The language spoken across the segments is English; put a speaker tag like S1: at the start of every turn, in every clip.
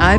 S1: I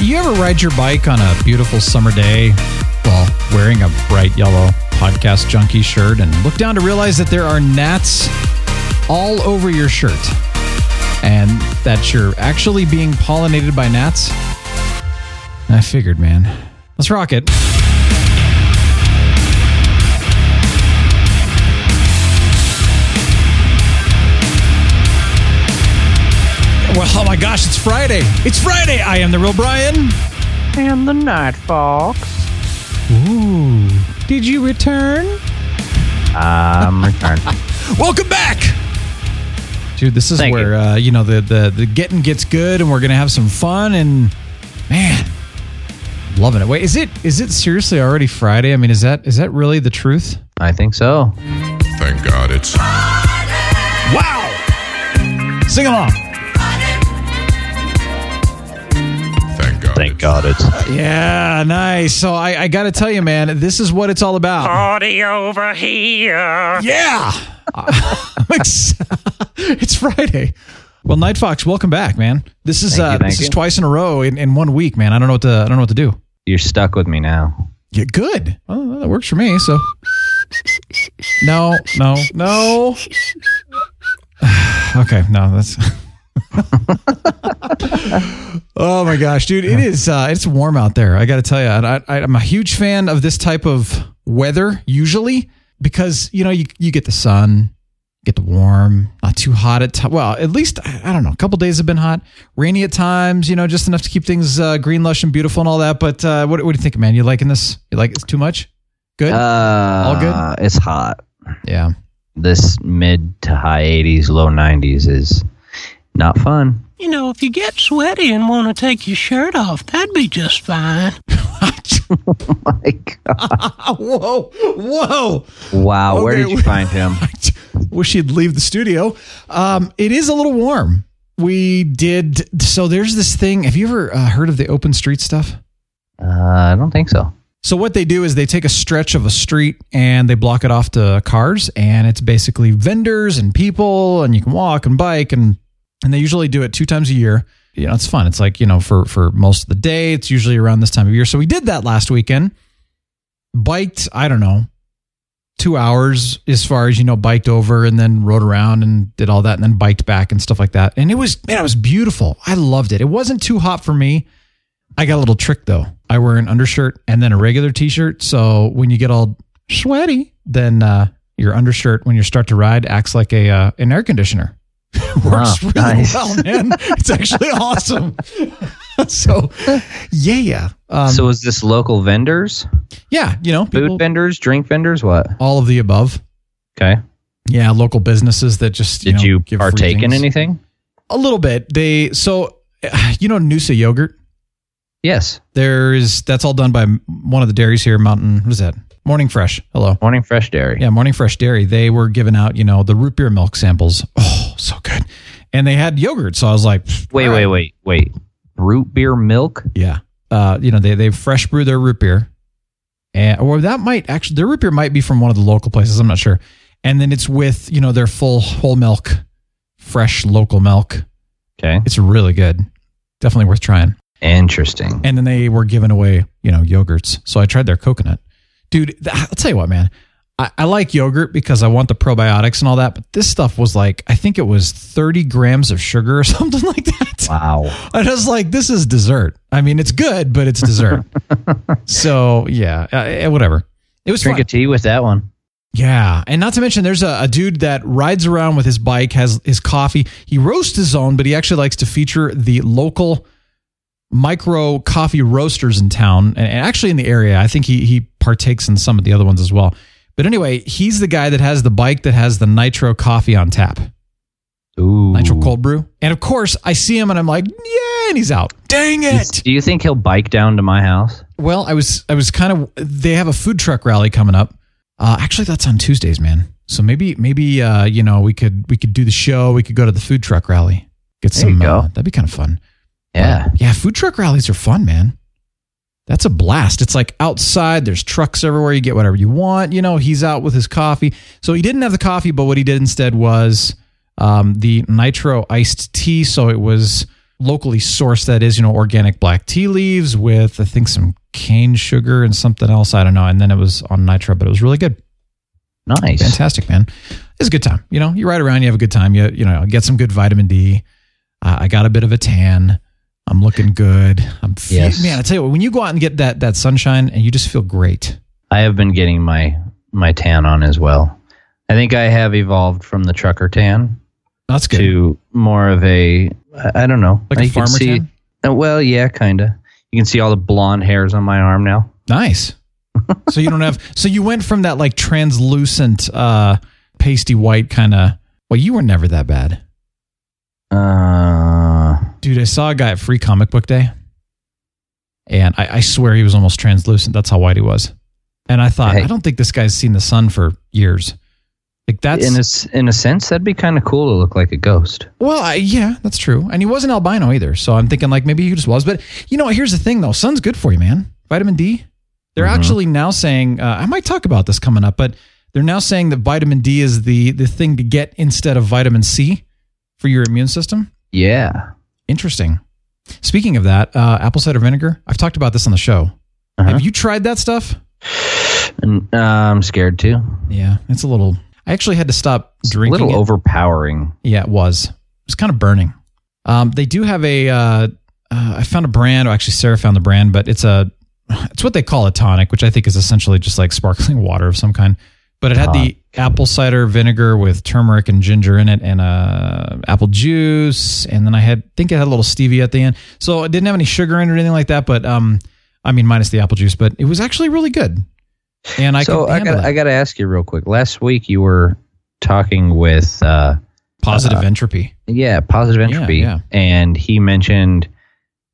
S2: You ever ride your bike on a beautiful summer day while wearing a bright yellow podcast junkie shirt and look down to realize that there are gnats all over your shirt and that you're actually being pollinated by gnats? I figured, man. Let's rock it. Well, oh my gosh, it's Friday. It's Friday. I am the real Brian.
S3: And the Night Fox.
S2: Ooh. Did you return?
S3: I'm returned.
S2: Welcome back. Dude, this is
S3: Thank
S2: where Uh, you know the, the the getting gets good and we're gonna have some fun and man. Loving it. Wait, is it is it seriously already Friday? I mean, is that is that really the truth?
S3: I think so.
S4: Thank God it's.
S2: Wow. Sing along.
S4: Thank God.
S5: Thank God it's.
S2: Yeah, nice. So I, I gotta tell you, man, this is what it's all about.
S3: Party over here.
S2: Yeah. I'm ex- it's Friday. Well, Night Fox, welcome back, man. This is
S3: Thank you,
S2: uh,
S3: thank
S2: this is
S3: you.
S2: twice in a row in, in one week, man. I don't know what to I don't know what to do.
S3: You're stuck with me now.
S2: Yeah, good. Well, that works for me. So no, no, no. okay, no, that's. oh my gosh, dude! It is uh, it's warm out there. I got to tell you, and I, I, I'm a huge fan of this type of weather usually because you know you you get the sun, get the warm, not too hot at times. Well, at least I, I don't know. A couple days have been hot, rainy at times. You know, just enough to keep things uh, green, lush, and beautiful, and all that. But uh, what what do you think, man? You liking this? You like it too much? Good.
S3: Uh, All
S2: good?
S3: It's hot.
S2: yeah.
S3: This mid to high 80s, low 90s is not fun.
S6: You know, if you get sweaty and want to take your shirt off, that'd be just fine.
S3: My God.
S2: whoa, whoa.
S3: Wow. Where
S2: Okay,
S3: did you
S2: we-
S3: find him?
S2: Wish he'd leave the studio. Um, it is a little warm. We did. So there's this thing. Have you ever uh, heard of the open street stuff?
S3: Uh, I don't think so.
S2: So what they do is they take a stretch of a street and they block it off to cars, and it's basically vendors and people, and you can walk and bike, and and they usually do it two times a year. You know, it's fun. It's like you know, for for most of the day, it's usually around this time of year. So we did that last weekend. Biked, I don't know, two hours as far as you know, biked over and then rode around and did all that, and then biked back and stuff like that. And it was man, it was beautiful. I loved it. It wasn't too hot for me. I got a little trick though. I wear an undershirt and then a regular t-shirt. So when you get all sweaty, then uh, your undershirt when you start to ride acts like a uh, an air conditioner. Works really
S3: nice.
S2: well, man. It's actually awesome. so yeah, yeah, um,
S3: so, is this local vendors,
S2: yeah. You know,
S3: food
S2: people,
S3: vendors, drink vendors? What?
S2: all of the above.
S3: Okay.
S2: Yeah, local businesses that just
S3: Did
S2: know,
S3: you,
S2: give free
S3: partake in
S2: things.
S3: anything?
S2: A little bit. They so uh, you know Noosa yogurt.
S3: Yes.
S2: There's that's all done by one of the dairies here. Mountain. What is that? Morning Fresh. Hello.
S3: Morning Fresh Dairy.
S2: Yeah, Morning Fresh Dairy. They were giving out, you know, the root beer milk samples. Oh, so good. And they had yogurt. So I was like,
S3: Wait,
S2: all right.
S3: wait, wait, wait. Root beer milk?
S2: Yeah. Uh, you know, they they fresh brew their root beer. And or that might actually their root beer might be from one of the local places, I'm not sure. And then it's with, you know, their full whole milk, fresh local milk.
S3: Okay.
S2: It's really good. Definitely worth trying.
S3: Interesting.
S2: and then they were giving away you know yogurts so i tried their coconut dude th- i'll tell you what man I, I like yogurt because i want the probiotics and all that but this stuff was like i think it was 30 grams of sugar or something like that
S3: Wow.
S2: i was like this is dessert i mean it's good but it's dessert so yeah uh, uh, whatever it was
S3: Drink
S2: fun.
S3: a tea with that one.
S2: Yeah, and not to mention, there's a, a dude that rides around with his bike, has his coffee. He roasts his own, but he actually likes to feature the local micro coffee roasters in town, and, and actually in the area. I think he he partakes in some of the other ones as well. But anyway, he's the guy that has the bike that has the nitro coffee on tap.
S3: Ooh.
S2: Nitro Cold Brew. And of course, I see him and I'm like, yeah, and he's out. Dang it.
S3: Do you think he'll bike down to my house?
S2: Well, I was I was kind of they have a food truck rally coming up. Uh, actually, that's on Tuesdays, man. So maybe maybe uh, you know we could we could do the show. We could go to the food truck rally. Get
S3: There you
S2: some.
S3: go.
S2: Uh, that'd be kind of fun.
S3: Yeah.
S2: Uh, yeah. Food truck rallies are fun, man. That's a blast. It's like outside. There's trucks everywhere. You get whatever you want. You know, he's out with his coffee. So he didn't have the coffee, but what he did instead was um, the nitro iced tea. So it was locally sourced. That is, you know, organic black tea leaves with I think some cane sugar and something else. I don't know. And then it was on nitro, but it was really good.
S3: Nice.
S2: Fantastic, man. It's a good time. You know, you ride around, you have a good time. You you know, get some good vitamin D. Uh, I got a bit of a tan. I'm looking good. I'm fe-
S3: Yes.
S2: man. I tell you what, when you go out and get that that sunshine, and you just feel great.
S3: I have been getting my my tan on as well. I think I have evolved from the trucker tan
S2: That's good.
S3: to more of a I- I don't know
S2: Like a
S3: You can
S2: farmer
S3: see-
S2: tan?
S3: Uh, well, yeah, kinda. You can see all the blonde hairs on my arm now.
S2: Nice. so you don't have. So you went from that like translucent, uh, pasty white kind of. Well, you were never that bad,
S3: Uh,
S2: dude. I saw a guy at Free Comic Book Day, and I, I swear he was almost translucent. That's how white he was. And I thought,
S3: Hey.
S2: I don't think this guy's seen the sun for years. Like that's
S3: in a s- in a sense, that'd be kind of cool to look like a ghost.
S2: Well, I, yeah, that's true. And he wasn't albino either. So I'm thinking like maybe he just was. But you know, here's the thing though sun's good for you, man. Vitamin D. They're
S3: Mm-hmm.
S2: actually now saying, uh, I might talk about this coming up, but they're now saying that vitamin D is the, the thing to get instead of vitamin C for your immune system.
S3: Yeah.
S2: Interesting. Speaking of that, uh, apple cider vinegar, I've talked about this on the show.
S3: Uh-huh.
S2: Have you tried that stuff?
S3: And, uh, I'm scared too.
S2: Yeah, it's a little. I actually had to stop
S3: It's a
S2: drinking.
S3: little
S2: it.
S3: overpowering.
S2: Yeah, it was. It was kind of burning. Um, they do have a. Uh, uh, I found a brand. Or actually, Sarah found the brand, but it's a. It's what they call a tonic, which I think is essentially just like sparkling water of some kind. But it had the
S3: Ah.
S2: apple cider vinegar with turmeric and ginger in it, and uh, apple juice, and then I had I think it had a little stevia at the end. So it didn't have any sugar in it or anything like that. But um, I mean, minus the apple juice, but it was actually really good. And I
S3: so
S2: could
S3: I
S2: handle
S3: got
S2: that.
S3: I got to ask you real quick. Last week you were talking with. Uh,
S2: positive entropy.
S3: Yeah, positive
S2: Yeah,
S3: entropy.
S2: yeah.
S3: And he mentioned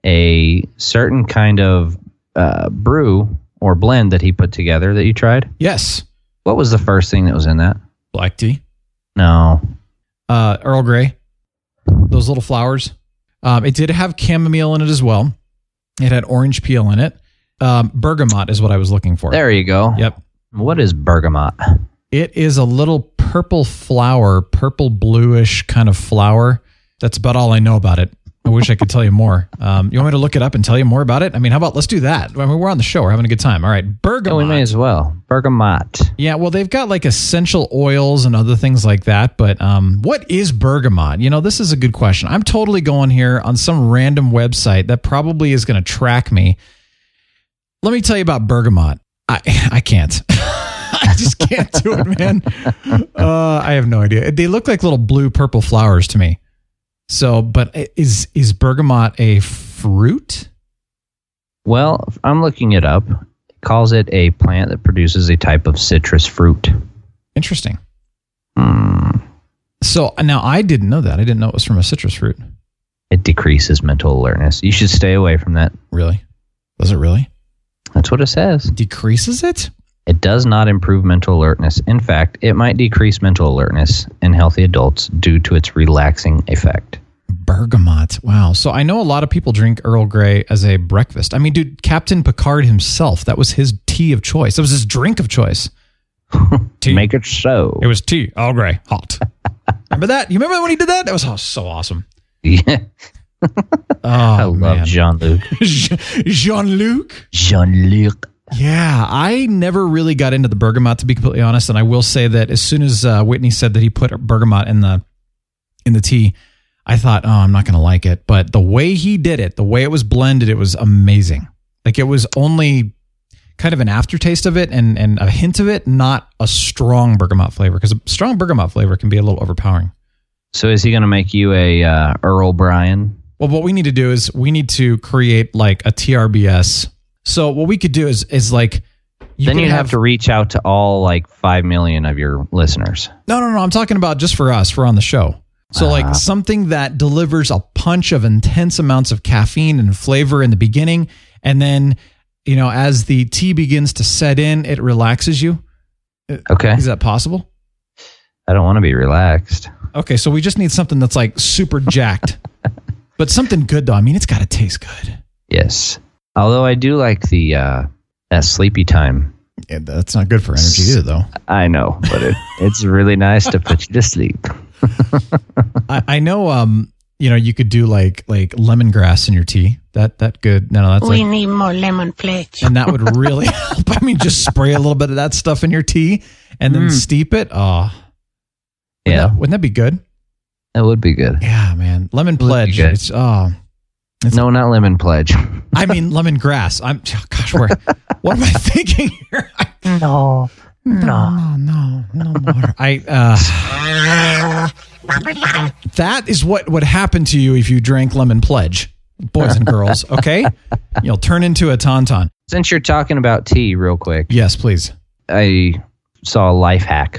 S3: a certain kind of uh, brew or blend that he put together that you tried.
S2: Yes,
S3: What was the first thing that was in that?
S2: black tea.
S3: No.
S2: uh, Earl Grey, those little flowers. Um, it did have chamomile in it as well. It had orange peel in it. Um, bergamot is what I was looking for.
S3: There you go.
S2: Yep.
S3: What is bergamot?
S2: It is a little purple flower, purple bluish kind of flower. That's about all I know about it. I wish I could tell you more. Um, you want me to look it up and tell you more about it? I mean, how about let's do that? I mean, we're on the show. We're having a good time. All right,
S3: Yeah,
S2: bergamot.
S3: Oh, we may as well. Bergamot.
S2: Yeah, well, they've got like essential oils and other things like that. But um, what is bergamot? You know, this is a good question. I'm totally going here on some random website that probably is going to track me. Let me tell you about bergamot. I I can't. I just can't do it, man. Uh, I have no idea. They look like little blue purple flowers to me. So, but is is bergamot a fruit?
S3: Well, I'm looking it up. It calls it a plant that produces a type of citrus fruit.
S2: Interesting.
S3: Hmm.
S2: So now I didn't know that. I didn't know it was from a citrus fruit.
S3: It decreases mental alertness. You should stay away from that.
S2: Really? Does it really?
S3: That's what it says.
S2: Decreases it?
S3: It does not improve mental alertness. In fact, it might decrease mental alertness in healthy adults due to its relaxing effect.
S2: Bergamot. Wow. So I know a lot of people drink Earl Grey as a breakfast. I mean, dude, Captain Picard himself, that was his tea of choice. That was his drink of choice.
S3: To Make it so.
S2: It was tea, Earl Grey, hot. remember that? You remember when he did that? That was oh, so awesome.
S3: yeah.
S2: Oh,
S3: I love Jean Luc.
S2: Jean Luc.
S3: Jean Luc.
S2: Yeah, I never really got into the bergamot to be completely honest, and I will say that as soon as uh, Whitney said that he put bergamot in the in the tea, I thought, oh, I'm not going to like it. But the way he did it, the way it was blended, it was amazing. Like it was only kind of an aftertaste of it and and a hint of it, not a strong bergamot flavor because a strong bergamot flavor can be a little overpowering.
S3: So is he going to make you a uh, Earl Bryan?
S2: Well, what we need to do is we need to create like a TRBS. So what we could do is is like you
S3: then
S2: could
S3: you'd have, to reach out to all like 5 million of your listeners.
S2: No, no, no. I'm talking about just for us. for on the show. So, like something that delivers a punch of intense amounts of caffeine and flavor in the beginning. And then, you know, as the tea begins to set in, it relaxes you.
S3: Okay.
S2: Is that possible?
S3: I don't want to be relaxed.
S2: Okay. So, we just need something that's like super jacked, but something good, though. I mean, it's got to taste good.
S3: Yes. Although I do like the uh, that sleepy time.
S2: Yeah, that's not good for energy either, though.
S3: I know, but it, it's really nice to put you to sleep.
S2: I, I know, um, you know, you could do like like lemongrass in your tea. That that good. No, no, that's like
S7: We need more lemon, please.
S2: and that would really help. I mean, just spray a little bit of that stuff in your tea and then steep it. Oh, wouldn't
S3: Mm. Yeah,
S2: that, wouldn't that be good?
S3: that would be good.
S2: Yeah, man, lemon pledge.
S3: good.
S2: It's oh,
S3: No, not lemon pledge.
S2: I mean lemon grass. I'm oh, gosh, where? What am I thinking here? I,
S3: No.
S2: no, no, no more. I uh, that is what would happen to you if you drank lemon pledge, boys and girls. Okay, you'll turn into a tauntaun.
S3: Since you're talking about tea, real quick,
S2: Yes, please.
S3: I saw a life hack.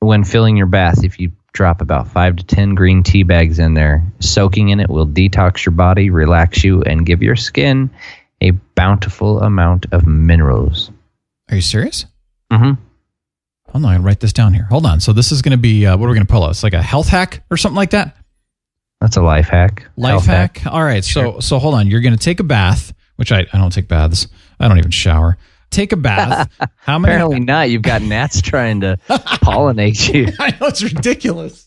S3: When filling your bath, if you drop about five to 10 green tea bags in there, soaking in it will detox your body, relax you, and give your skin a bountiful amount of minerals.
S2: Are you serious?
S3: Mm-hmm.
S2: Hold on, I'm gonna write this down here. Hold on. So this is gonna be uh, what are we gonna pull out? It's like a health hack or something like that.
S3: That's a life hack.
S2: Life
S3: Health
S2: hack. All right. So so hold on. You're gonna take a bath, which I, I don't take baths. I don't even shower. Take a bath. How many?
S3: Apparently not. You've got gnats trying to pollinate you.
S2: I know it's ridiculous.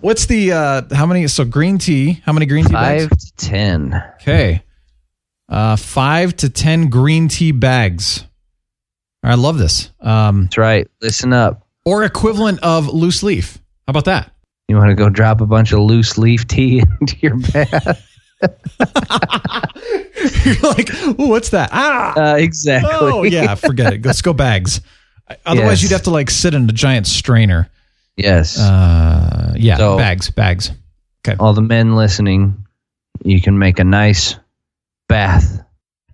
S2: What's the uh how many? So green tea. How many green tea
S3: Five
S2: bags?
S3: to 10.
S2: Okay. Uh, five to ten green tea bags. I love this. Um,
S3: That's right. Listen up.
S2: or equivalent of loose leaf. How about that?
S3: You want to go drop a bunch of loose leaf tea into your bath?
S2: You're like, Ooh, what's that? Ah,
S3: Uh, exactly.
S2: Oh yeah, forget it. Let's go bags. Otherwise,
S3: Yes.
S2: you'd have to like sit in a giant strainer.
S3: Yes.
S2: Uh, yeah,
S3: So-
S2: bags, bags.
S3: all the men listening, you can make a nice bath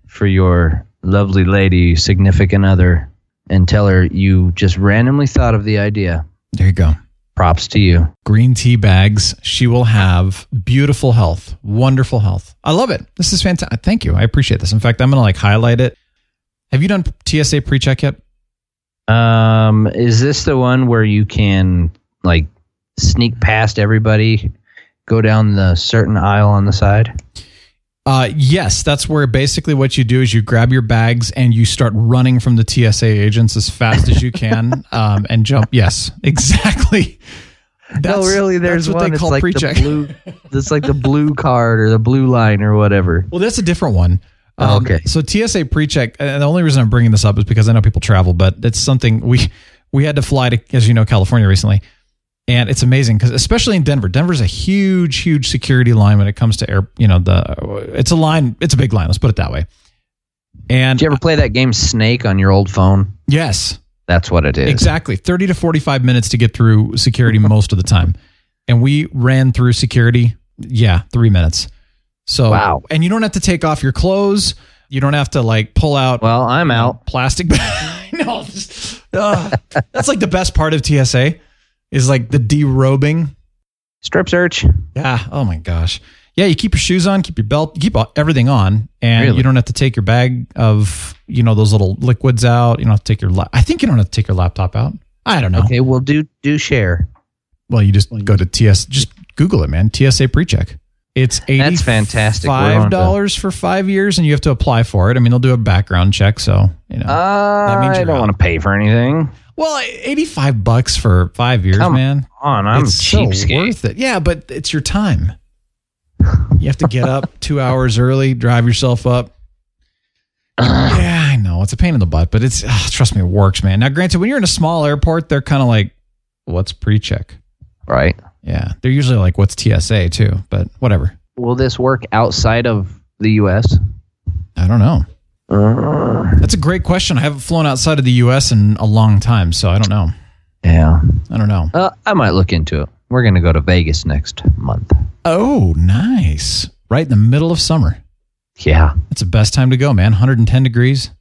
S3: for your lovely lady, significant other, and tell her you just randomly thought of the idea.
S2: There you go.
S3: Props to you.
S2: Green tea bags. She will have beautiful health, wonderful health. I love it. This is fantastic. Thank you. I appreciate this. In fact, I'm gonna like highlight it. Have you done TSA pre-check yet?
S3: Um, is this the one where you can like sneak past everybody, go down the certain aisle on the side?
S2: Uh, yes, that's where basically what you do is you grab your bags and you start running from the TSA agents as fast as you can um, and jump. Yes, exactly.
S3: no, really. There's
S2: that's
S3: one.
S2: they
S3: It's
S2: call
S3: like
S2: pre-check.
S3: the blue. It's like the blue card or the blue line or whatever.
S2: Well, that's a different one. Um,
S3: Oh, okay.
S2: So TSA pre-check, and the only reason I'm bringing this up is because I know people travel, but it's something we we had to fly to, as you know, California recently, and it's amazing because especially in Denver, Denver's a huge, huge security line when it comes to air. You know, the it's a line, it's a big line. Let's put it that way. And
S3: Did you ever play that game Snake on your old phone?
S2: yes,
S3: That's what it is.
S2: Exactly. 30 to 45 minutes to get through security most of the time. And we ran through security, yeah, three minutes. So,
S3: Wow.
S2: And you don't have to take off your clothes. You don't have to like pull out
S3: Well, I'm out.
S2: plastic bag. no, just, ugh. that's like the best part of TSA is like the derobing.
S3: Strip search.
S2: Yeah. Oh my gosh. Yeah. You keep your shoes on, keep your belt, you keep all- everything on, and
S3: Really?
S2: you don't have to take your bag of, you know, those little liquids out. You don't have to take your, la- I think you don't have to take your laptop out. I don't know.
S3: Okay, well do do share.
S2: Well, you just go to TS. Just Google it, man. TSA pre-check. It's eighty.
S3: That's fantastic. We're on
S2: Five
S3: to-
S2: dollars for five years, and you have to apply for it. I mean, they'll do a background check, so you know.
S3: Uh,
S2: means
S3: I
S2: you're
S3: don't
S2: out.
S3: want to pay for anything.
S2: well, eighty-five bucks for five years,
S3: Come
S2: man.
S3: On, I'm
S2: it's so
S3: cheapskate.
S2: worth it. Yeah, but it's your time. You have to get up two hours early, drive yourself up. yeah, I know it's a pain in the butt, but it's ah, trust me, it works, man. Now, granted, when you're in a small airport, they're kind of like, "What's pre-check?"
S3: right.
S2: Yeah, they're usually like, "What's TSA?" too, but whatever.
S3: Will this work outside of the US?
S2: I don't know. Uh-huh. That's a great question. I haven't flown outside of the U.S. in a long time, so I don't know.
S3: Yeah.
S2: I don't know.
S3: Uh, I might look into it. We're going to go to Vegas next month.
S2: Oh, nice! Right in the middle of summer.
S3: Yeah.
S2: That's the best time to go, man. 110 degrees.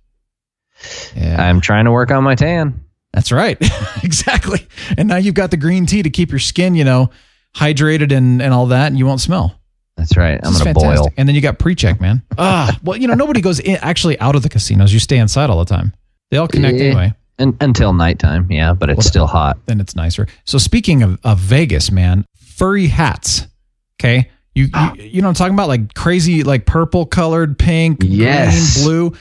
S2: Yeah,
S3: I'm trying to work on my tan.
S2: that's right. exactly. And now you've got the green tea to keep your skin, you know, hydrated and, and all that, and you won't smell.
S3: That's right. I'm
S2: This is
S3: gonna
S2: fantastic.
S3: boil.
S2: And then you got pre check, man. Ah, well, you know, nobody goes in, actually out of the casinos. You stay inside all the time. They all connect
S3: Yeah.
S2: anyway.
S3: Un until nighttime, yeah, but it's still hot.
S2: Then it's nicer. So speaking of, of Vegas, man, furry hats. Okay. You, you you know what I'm talking about? Like crazy, like purple colored, pink,
S3: Yes.
S2: green, blue,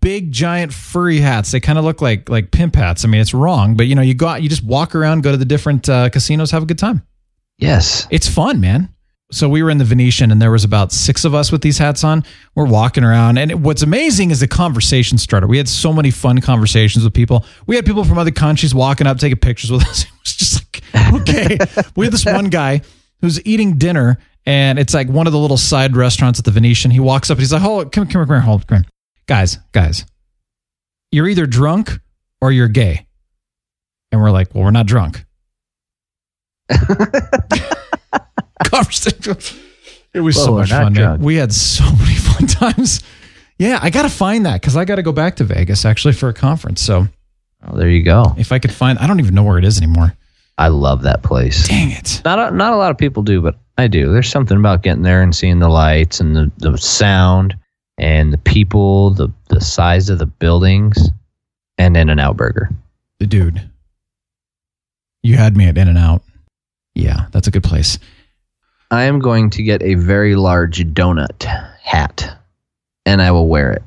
S2: big giant furry hats. They kind of look like like pimp hats. I mean, it's wrong, but you know, you go out, you just walk around, go to the different uh, casinos, have a good time.
S3: Yes.
S2: It's fun, man. So we were in the Venetian and there was about six of us with these hats on. We're walking around. And what's amazing is the conversation starter. We had so many fun conversations with people. We had people from other countries walking up, taking pictures with us. It was just like, okay. we had this one guy who's eating dinner and it's like one of the little side restaurants at the Venetian. He walks up and he's like, hold, come, come here, come here, hold, come here. Guys, guys, you're either drunk or you're gay. And we're like, well, we're not drunk conversation. It was
S3: Well,
S2: so
S3: we're
S2: much
S3: not
S2: fun, man.
S3: drunk.
S2: We had so many fun times. Yeah, I got to find that because I got to go back to Vegas actually for a conference. So
S3: Oh, there you go.
S2: if I could find, I don't even know where it is anymore.
S3: I love that place.
S2: Dang it.
S3: Not a, not a lot of people do, but I do. There's something about getting there and seeing the lights and the, the sound and the people, the the size of the buildings, and In and Out Burger.
S2: Dude, you had me at In and Out. Yeah, that's a good place.
S3: I am going to get a very large donut hat, and I will wear it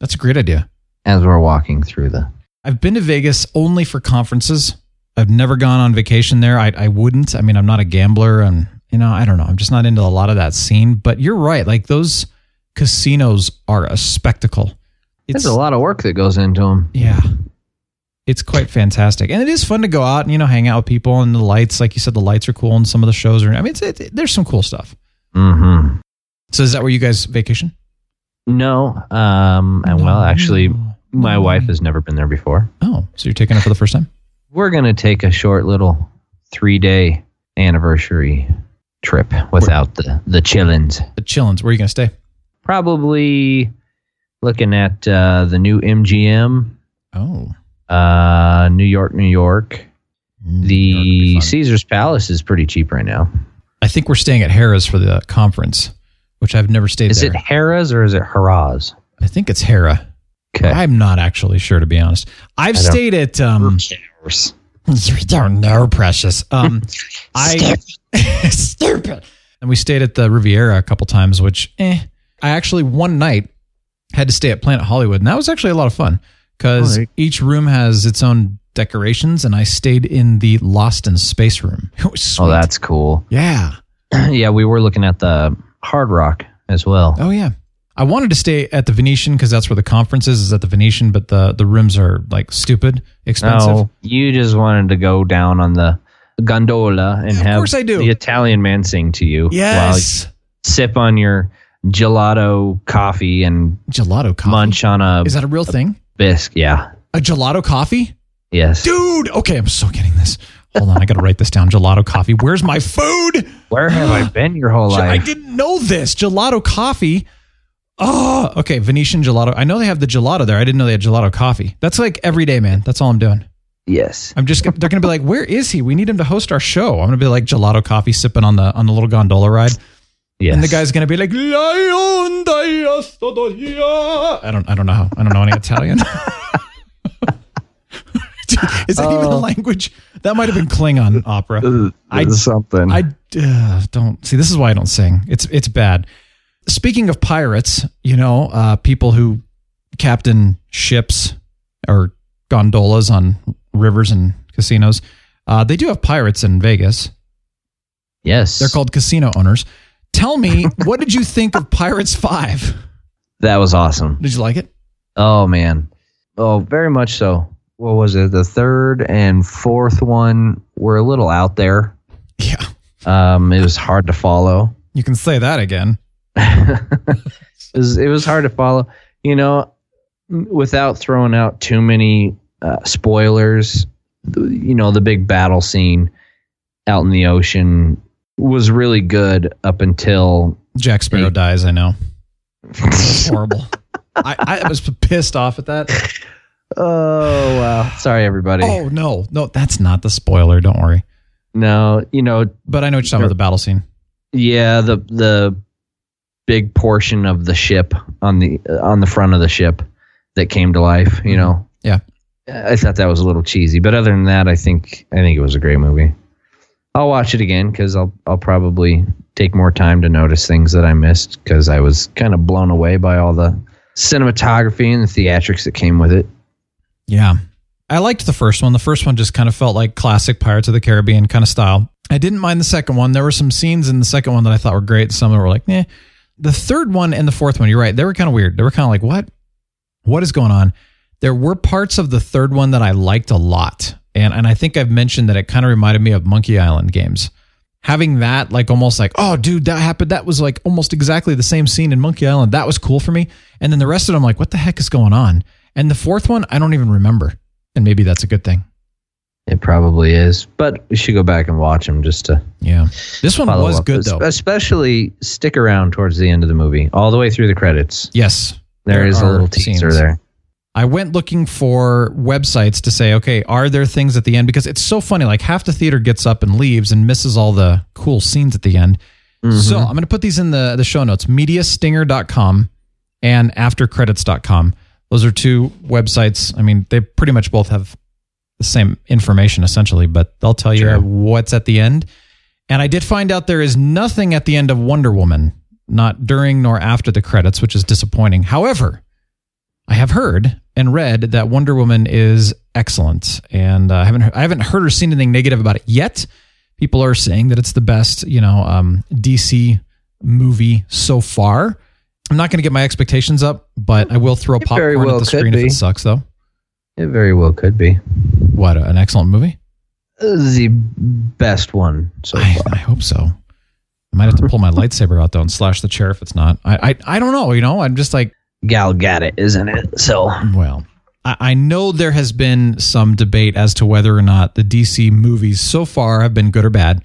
S2: That's a great idea.
S3: as we're walking through the.
S2: I've been to Vegas only for conferences. I've never gone on vacation there. I, I wouldn't. I mean, I'm not a gambler and, you know, I don't know. I'm just not into a lot of that scene. But you're right. Like those casinos are a spectacle.
S3: There's a lot of work that goes into them.
S2: Yeah. It's quite fantastic. And it is fun to go out and, you know, hang out with people and the lights. Like you said, the lights are cool and some of the shows are, I mean, it's, it, there's some cool stuff.
S3: Mm-hmm.
S2: So is that where you guys vacation?
S3: No, um, and well, actually, my
S2: Mm-hmm.
S3: wife has never been there before.
S2: Oh, so you're taking it for the first time?
S3: We're gonna take a short little three-day anniversary trip without the the chillins.
S2: The Chillins. Where are you going to stay?
S3: Probably looking at uh, the new MGM,
S2: Oh,
S3: uh, New York, New York.
S2: York Mm, would be fun.
S3: The Caesar's Palace is pretty cheap right now.
S2: I think we're staying at Harrah's for the conference, which I've never stayed
S3: Is
S2: there.
S3: it Harrah's or is it Harrah's?
S2: I think it's Hera.
S3: Okay.
S2: I'm not actually sure, to be honest. I've
S3: don't-
S2: stayed at. Um, we don't know, precious. Um, I stupid. And we stayed at the Riviera a couple times, which eh, I actually one night had to stay at Planet Hollywood, and that was actually a lot of fun because each room has its own decorations, and I stayed in the Lost in Space room. It was sweet.
S3: Oh, that's cool.
S2: yeah.
S3: yeah, we were looking at the Hard Rock as well.
S2: Oh yeah. I wanted to stay at the Venetian because that's where the conference is, is at the Venetian, but the, the rooms are like stupid expensive.
S3: No, you just wanted to go down on the gondola and
S2: Yeah, of
S3: have
S2: course I do.
S3: the Italian man sing to you while you
S2: Yes.
S3: sip on your gelato coffee and
S2: gelato coffee.
S3: munch on a
S2: Is that a real thing?
S3: bisque. Yeah.
S2: A gelato coffee?
S3: Yes.
S2: Dude. Okay, I'm so getting this. Hold on, I gotta write this down. Gelato coffee. Where's my food?
S3: Where have I been your whole
S2: I
S3: life?
S2: didn't know this. Gelato coffee. Oh, okay. Venetian gelato. I know they have the gelato there. I didn't know they had gelato coffee. That's like every day, man. That's all I'm doing.
S3: Yes.
S2: I'm just they're gonna be like, where is he? We need him to host our show. I'm gonna be like gelato coffee sipping on the on the little gondola ride.
S3: Yes.
S2: And the guy's gonna be like, "Lion di Astodoria." I don't I don't know how I don't know any Italian. is that even a
S3: Oh.
S2: language? That might have been Klingon opera. I-
S3: something.
S2: I uh, don't see. This is why I don't sing. It's it's bad. Speaking of pirates, you know, uh, people who captain ships or gondolas on rivers and casinos, uh, they do have pirates in Vegas.
S3: yes.
S2: They're called casino owners. Tell me, what did you think of Pirates Five?
S3: That was awesome.
S2: Did you like it?
S3: Oh man. Oh, very much so. What was it? The third and fourth one were a little out there.
S2: Yeah,
S3: Um, it was hard to follow.
S2: you can say that again.
S3: It was, it was hard to follow. You know, m- without throwing out too many uh, spoilers, th- you know, the big battle scene out in the ocean was really good up until
S2: Jack Sparrow
S3: Hey.
S2: dies. I know. That's horrible. I, I was pissed off at that.
S3: Oh wow. Sorry everybody.
S2: Oh no, no, that's not the spoiler. Don't worry.
S3: No, you know,
S2: But I know what you're talking about the battle scene.
S3: yeah, the the big portion of the ship on the on the front of the ship that came to life, you know.
S2: Yeah.
S3: I thought that was a little cheesy, but other than that, I think I think it was a great movie. I'll watch it again because I'll I'll probably take more time to notice things that I missed because I was kind of blown away by all the cinematography and the theatrics that came with it.
S2: Yeah. I liked the first one. The first one just kind of felt like classic Pirates of the Caribbean kind of style. I didn't mind the second one. There were some scenes in the second one that I thought were great. Some that were like, eh. The third one and the fourth one, you're right. They were kind of weird. They were kind of like, what? What is going on? There were parts of the third one that I liked a lot. And, and I think I've mentioned that it kind of reminded me of Monkey Island games. Having that, like, almost like, oh, dude, that happened. That was like almost exactly the same scene in Monkey Island. That was cool for me. And then the rest of them, like, what the heck is going on? And the fourth one, I don't even remember. And maybe that's a good thing.
S3: It probably is, but we should go back and watch them just to
S2: Yeah. This one
S3: follow
S2: was
S3: up.
S2: good,
S3: Es-
S2: though.
S3: Especially stick around towards the end of the movie, all the way through the credits.
S2: yes.
S3: there
S2: There
S3: is a
S2: are
S3: little teaser
S2: scenes.
S3: there.
S2: I went looking for websites to say, okay, are there things at the end? Because it's so funny. Like half the theater gets up and leaves and misses all the cool scenes at the end. So I'm going to put these in the, the show notes mediastinger.com and aftercredits.com. Those are two websites. I mean, they pretty much both have the same information essentially, but they'll tell you
S3: Sure.
S2: what's at the end. And I did find out there is nothing at the end of Wonder Woman, not during nor after the credits, which is disappointing. However, I have heard and read that Wonder Woman is excellent, and uh, I haven't I haven't heard or seen anything negative about it yet. People are saying that it's the best, you know, um, DC movie so far. I'm not going to get my expectations up, but I will throw
S3: It very
S2: popcorn
S3: well
S2: at the
S3: could
S2: screen if
S3: be.
S2: it sucks, though.
S3: It very well could be
S2: What an excellent movie!
S3: the best one so
S2: I,
S3: far.
S2: I hope so. I might have to pull my lightsaber out though and slash the chair if it's not. I I, I don't know. You know, I'm just like
S3: Gal got it, isn't it? So
S2: Well, I, I know there has been some debate as to whether or not the DC movies so far have been good or bad.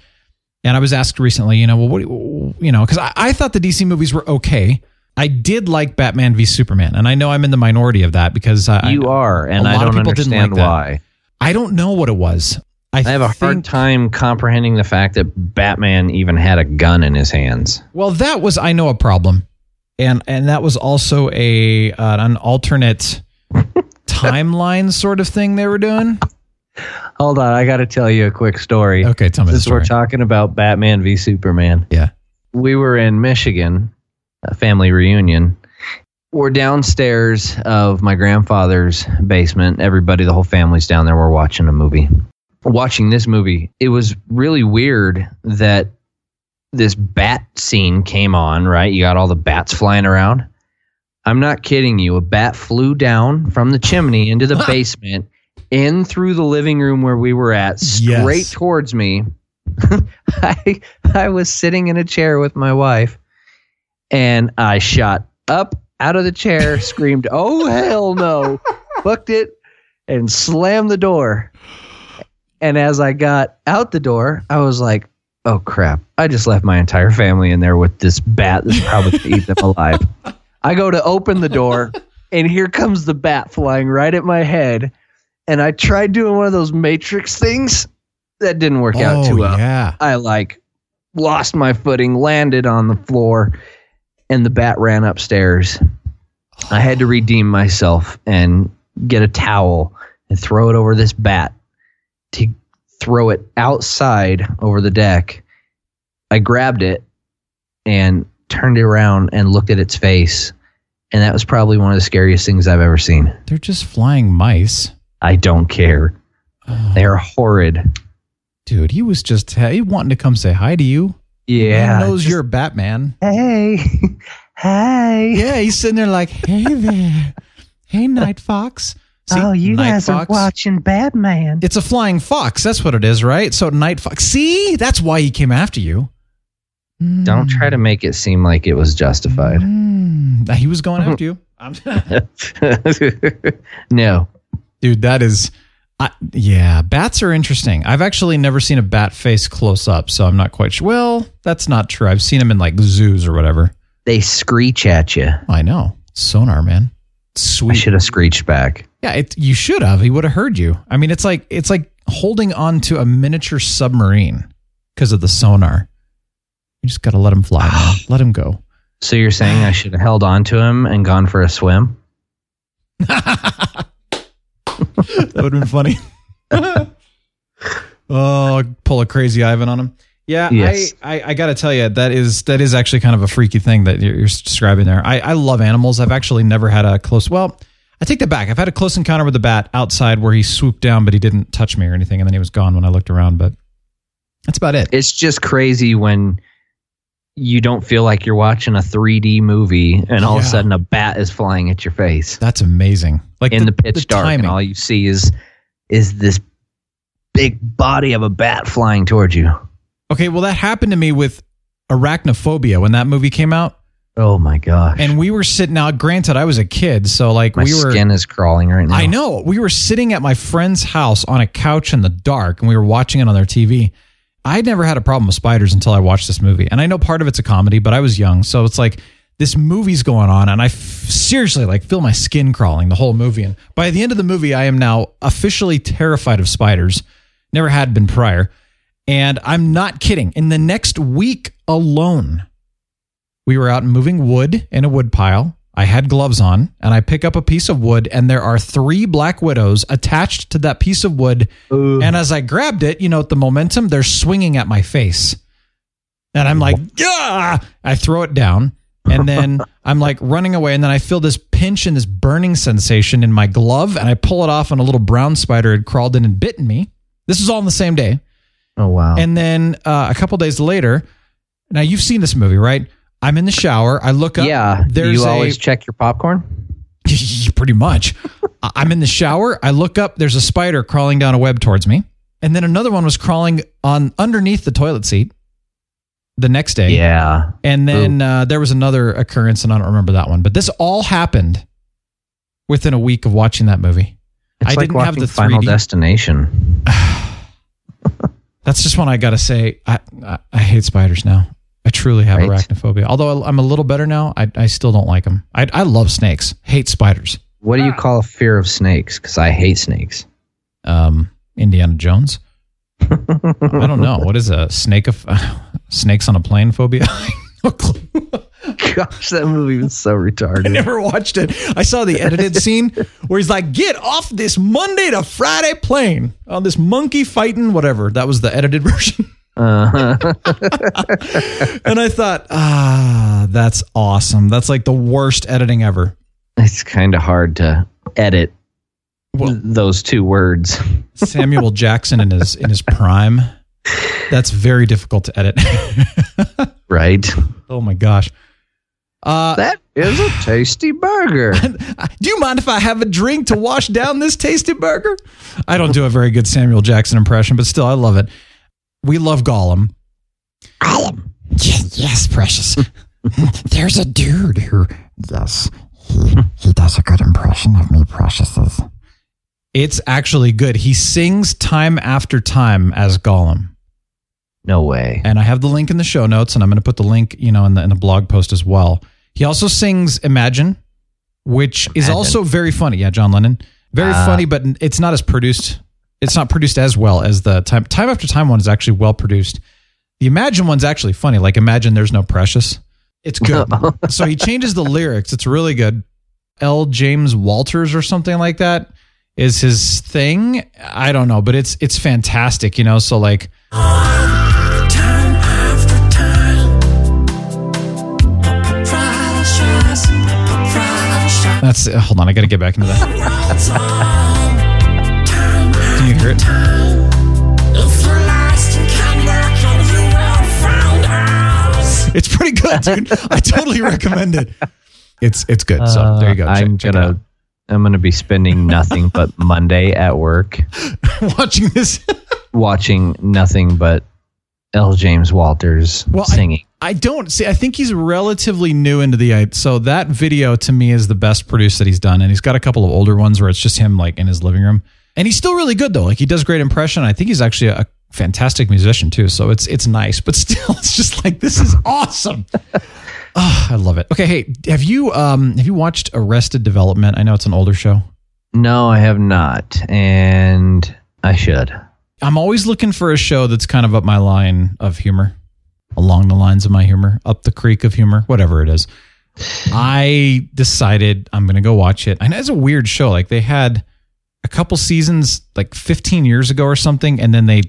S2: And I was asked recently, you know, well, what, do you you know, because I, I thought the DC movies were okay. I did like Batman v Superman, and I know I'm in the minority of that because I
S3: you
S2: I,
S3: are, and
S2: a
S3: I
S2: lot of
S3: don't
S2: people didn't
S3: understand
S2: like that.
S3: why.
S2: I don't know what it was. I,
S3: I have a hard
S2: think-
S3: time comprehending the fact that Batman even had a gun in his hands.
S2: Well, that was I know a problem, and and that was also a uh, an alternate timeline sort of thing they were doing.
S3: Hold on, I got to tell you a quick story.
S2: Okay, tell me the
S3: Since
S2: story.
S3: we're talking about Batman v Superman.
S2: Yeah.
S3: We were in Michigan, a family reunion. We're downstairs of my grandfather's basement. Everybody, the whole family's down there. We're watching a movie. Watching this movie, it was really weird that this bat scene came on, right? You got all the bats flying around. I'm not kidding you. A bat flew down from the chimney into the basement, in through the living room where we were at,
S2: Yes.
S3: straight towards me. I I was sitting in a chair with my wife, and I shot up out of the chair, screamed, "Oh hell no!" Booked it and slammed the door. And as I got out the door, I was like, "Oh crap! I just left my entire family in there with this bat that's probably gonna eat them alive." I go to open the door, and here comes the bat flying right at my head. And I tried doing one of those matrix things. That didn't work out
S2: Oh,
S3: too well.
S2: yeah.
S3: I like lost my footing, landed on the floor, and the bat ran upstairs. I had to redeem myself and get a towel and throw it over this bat to throw it outside over the deck. I grabbed it and turned it around and looked at its face. And that was probably one of the scariest things I've ever seen.
S2: They're just flying mice.
S3: I don't care. They're horrid.
S2: Dude, he was just he wanting to come say hi to you.
S3: Yeah.
S2: he knows
S3: just-
S2: you're Batman.
S3: Hey. hey.
S2: Yeah, he's sitting there like, "Hey there, hey Night Fox." See,
S3: Oh,
S2: Night Fox?
S3: watching Batman.
S2: It's a flying fox. That's what it is, right? So Night Fox. See, that's why he came after you.
S3: Don't try to make it seem like it was justified.
S2: Mm, he was going after you, I'm,
S3: no.
S2: dude. That is, I, yeah. Bats are interesting. I've actually never seen a bat face close up, so I'm not quite sure. Well, that's not true. I've seen them in like zoos or whatever.
S3: They screech at you.
S2: I know. Sonar, man.
S3: I
S2: Sweet.
S3: should have screeched back.
S2: Yeah, it, you should have. He would have heard you. I mean, it's like it's like holding onto a miniature submarine because of the sonar. You just got to let him fly, man. Let him go.
S3: So you're saying I should have held on to him and gone for a swim?
S2: That would have been funny. oh, pull a crazy Ivan on him. Yeah,
S3: Yes.
S2: I, I, I got to tell you that is that is actually kind of a freaky thing that you're, you're describing there. I, I love animals. I've actually never had a close. Well, I take that back. I've had a close encounter with a bat outside where he swooped down, but he didn't touch me or anything, and then he was gone when I looked around. But that's about it.
S3: It's just crazy when you don't feel like you're watching a 3D movie and all of
S2: Yeah.
S3: a sudden a bat is flying at your face
S2: That's amazing. Like
S3: in the, pitch dark
S2: timing.
S3: and all you see is is this big body of a bat flying towards you.
S2: Okay, well that happened to me with arachnophobia when that movie came out,
S3: Oh my gosh.
S2: and we were sitting out. Granted, I was a kid, so like
S3: my
S2: we were.
S3: skin is crawling right now.
S2: I know. We were sitting at my friend's house on a couch in the dark and we were watching it on their TV. I'd never had a problem with spiders until I watched this movie. And I know part of it's a comedy, but I was young. So it's like this movie's going on and I f- seriously like feel my skin crawling the whole movie. And by the end of the movie, I am now officially terrified of spiders. Never had been prior. And I'm not kidding. In the next week alone, we were out moving wood in a wood pile. I had gloves on and I pick up a piece of wood and there are three black widows attached to that piece of wood. And as I grabbed it, you know, at the momentum, they're swinging at my face. And I'm like, yeah, I throw it down. And then I'm like running away. And then I feel this pinch and this burning sensation in my glove. And I pull it off and a little brown spider had crawled in and bitten me. This is all on the same day.
S3: Oh wow.
S2: And then uh, a couple days later, now you've seen this movie, right? I'm in the shower. I look up.
S3: yeah. Do
S2: there's
S3: you
S2: a
S3: always check your popcorn?
S2: pretty much. I- I'm in the shower. I look up. There's a spider crawling down a web towards me, and then another one was crawling on underneath the toilet seat. The next day,
S3: Yeah.
S2: and then uh, there was another occurrence, and I don't remember that one. But this all happened within a week of watching that movie.
S3: It's
S2: I
S3: like
S2: didn't
S3: watching
S2: have the
S3: Final
S2: 3D.
S3: Destination.
S2: That's just one I gotta say. I I, I hate spiders now. I truly have
S3: Right.
S2: arachnophobia. Although I, I'm a little better now, I, I still don't like them. I I love snakes. Hate spiders.
S3: What do you call a fear of snakes? Because I hate snakes.
S2: Um, Indiana Jones. I don't know what is a snake of snakes on a plane phobia. No clue.
S3: Gosh, that movie was so retarded.
S2: I never watched it. I saw the edited scene where he's like, "Get off this Monday to Friday plane on this monkey fighting whatever." That was the edited version. and I thought, ah, that's awesome. That's like the worst editing ever.
S3: It's kind of hard to edit
S2: Well-
S3: those two words.
S2: Samuel Jackson in his in his prime. That's very difficult to edit.
S3: Right.
S2: oh my gosh. Uh,
S3: That is a tasty burger.
S2: do you mind if I have a drink to wash down this tasty burger? I don't do a very good Samuel Jackson impression, but still, I love it. We love Gollum. Gollum. Yes, yes precious. There's a dude who, yes, he, he does a good impression of me, preciouses. It's actually good. He sings time after time as Gollum
S3: No way.
S2: and I have the link in the show notes, and I'm going to put the link, you know, in the in the blog post as well. He also sings "Imagine," which is
S3: Imagine.
S2: also very funny. Yeah, John Lennon, very funny, but it's not as produced. It's not produced as well as the time time after time one is actually well produced. The Imagine one's actually funny. Like Imagine, there's no precious. It's good. so he changes the lyrics. It's really good. L. James Walters or something like that is his thing. I don't know, but it's it's fantastic. You know, so like That's uh, hold on, I gotta get back into that. Can you hear it? It's pretty good, dude. I totally recommend it. It's it's good. So there you go.
S3: Uh, I'm
S2: Check, check it
S3: gonna. I'm gonna be spending nothing but Monday at work
S2: out. watching this.
S3: watching nothing but L. James Walters
S2: Well, I-
S3: singing.
S2: I don't see. I think he's relatively new into the so that video to me is the best produced that he's done, and he's got a couple of older ones where it's just him like in his living room, and he's still really good though. Like he does great impression. I think he's actually a, fantastic musician too. So it's it's nice, but still, it's just like this is awesome. Ah, I love it. Okay, hey, have you um have you watched Arrested Development? I know it's an older show.
S3: no, I have not, and I should.
S2: I'm always looking for a show that's kind of up my line of humor, along the lines of my humor, up the creek of humor, whatever it is. I decided I'm going to go watch it. I know it's a weird show. Like they had a couple seasons like 15 years ago or something, and then they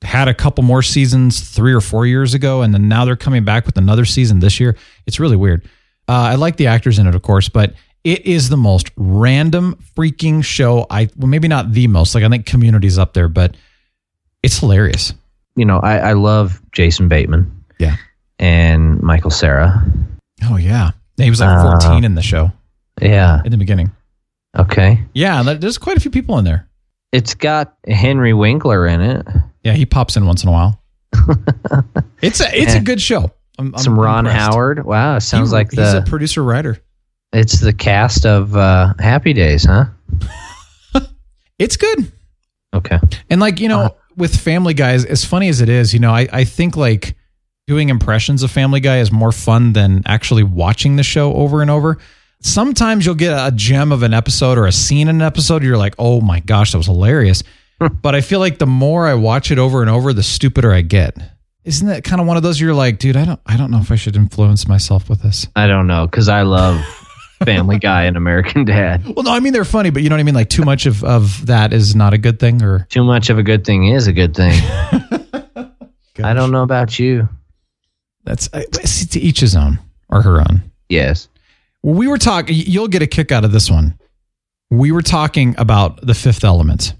S2: had a couple more seasons three or four years ago, and then now they're coming back with another season this year. It's really weird. Uh, I like the actors in it, of course, but it is the most random freaking show. I well, maybe not the most. Like I think Community's up there, but it's hilarious.
S3: You know, I, I love Jason Bateman
S2: Yeah.
S3: and Michael Sarah.
S2: Oh yeah. He was like
S3: Uh,
S2: 14 in the show
S3: Yeah.
S2: in the beginning.
S3: Okay.
S2: Yeah, that- there's quite a few people in there.
S3: It's got Henry Winkler in it.
S2: Yeah, he pops in once in a while. it's a it's a good show. I'm, I'm
S3: Some Ron
S2: impressed.
S3: Howard. Wow, it sounds
S2: He-
S3: like
S2: he's a
S3: the
S2: producer writer.
S3: it's the cast of uh, Happy Days, huh?
S2: It's good.
S3: Okay.
S2: And like, you know,
S3: Uh-huh.
S2: with Family Guys, as funny as it is, you know, I, I think like doing impressions of Family Guy is more fun than actually watching the show over and over. Sometimes you'll get a gem of an episode or a scene in an episode, you're like, oh my gosh, that was hilarious. but I feel like the more I watch it over and over, the stupider I get. Isn't that kind of one of those you're like, dude, I don't I don't know if I should influence myself with this.
S3: I don't know because I love Family Guy and American Dad.
S2: Well, no, I mean they're funny, but you know what I mean? Like too much of, of that is not a good thing or
S3: Too much of a good thing is a good thing. I don't know about you.
S2: that's I, it's to each his own or her own.
S3: Yes.
S2: Well, we were talking, you'll get a kick out of this one. We were talking about the fifth element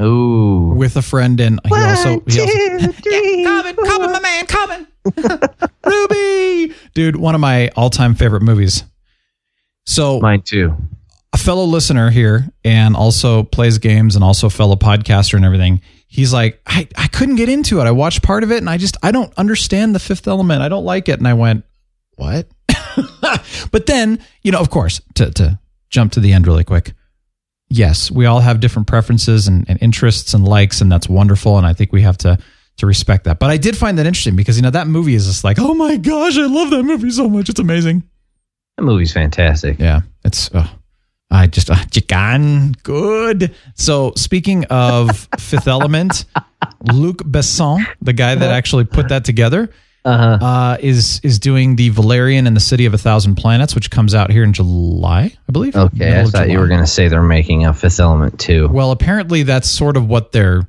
S3: Ooh.
S2: with a friend, and he also, he also- yeah, coming, coming, my man, coming, Ruby, dude, one of my all-time favorite movies. So,
S3: Mine too.
S2: a fellow listener here, and also plays games, and also a fellow podcaster and everything. He's like, I, I couldn't get into it. I watched part of it, and I just I don't understand the fifth element. I don't like it. And I went, what? but then, you know, of course, to, to jump to the end really quick. Yes, we all have different preferences and, and interests and likes, and that's wonderful. And I think we have to to respect that. But I did find that interesting because you know that movie is just like, oh my gosh, I love that movie so much. It's amazing.
S3: That movie's fantastic.
S2: Yeah, it's. Oh, I just uh, chicken good. So speaking of Fifth Element, Luc Besson, the guy that actually put that together,
S3: Uh-huh.
S2: uh, is is doing the Valerian and the City of a Thousand Planets, which comes out here in July, I believe.
S3: Okay,
S2: Middle
S3: I
S2: of
S3: thought you
S2: July.
S3: were going to say they're making a Fifth Element too.
S2: Well, apparently that's sort of what they're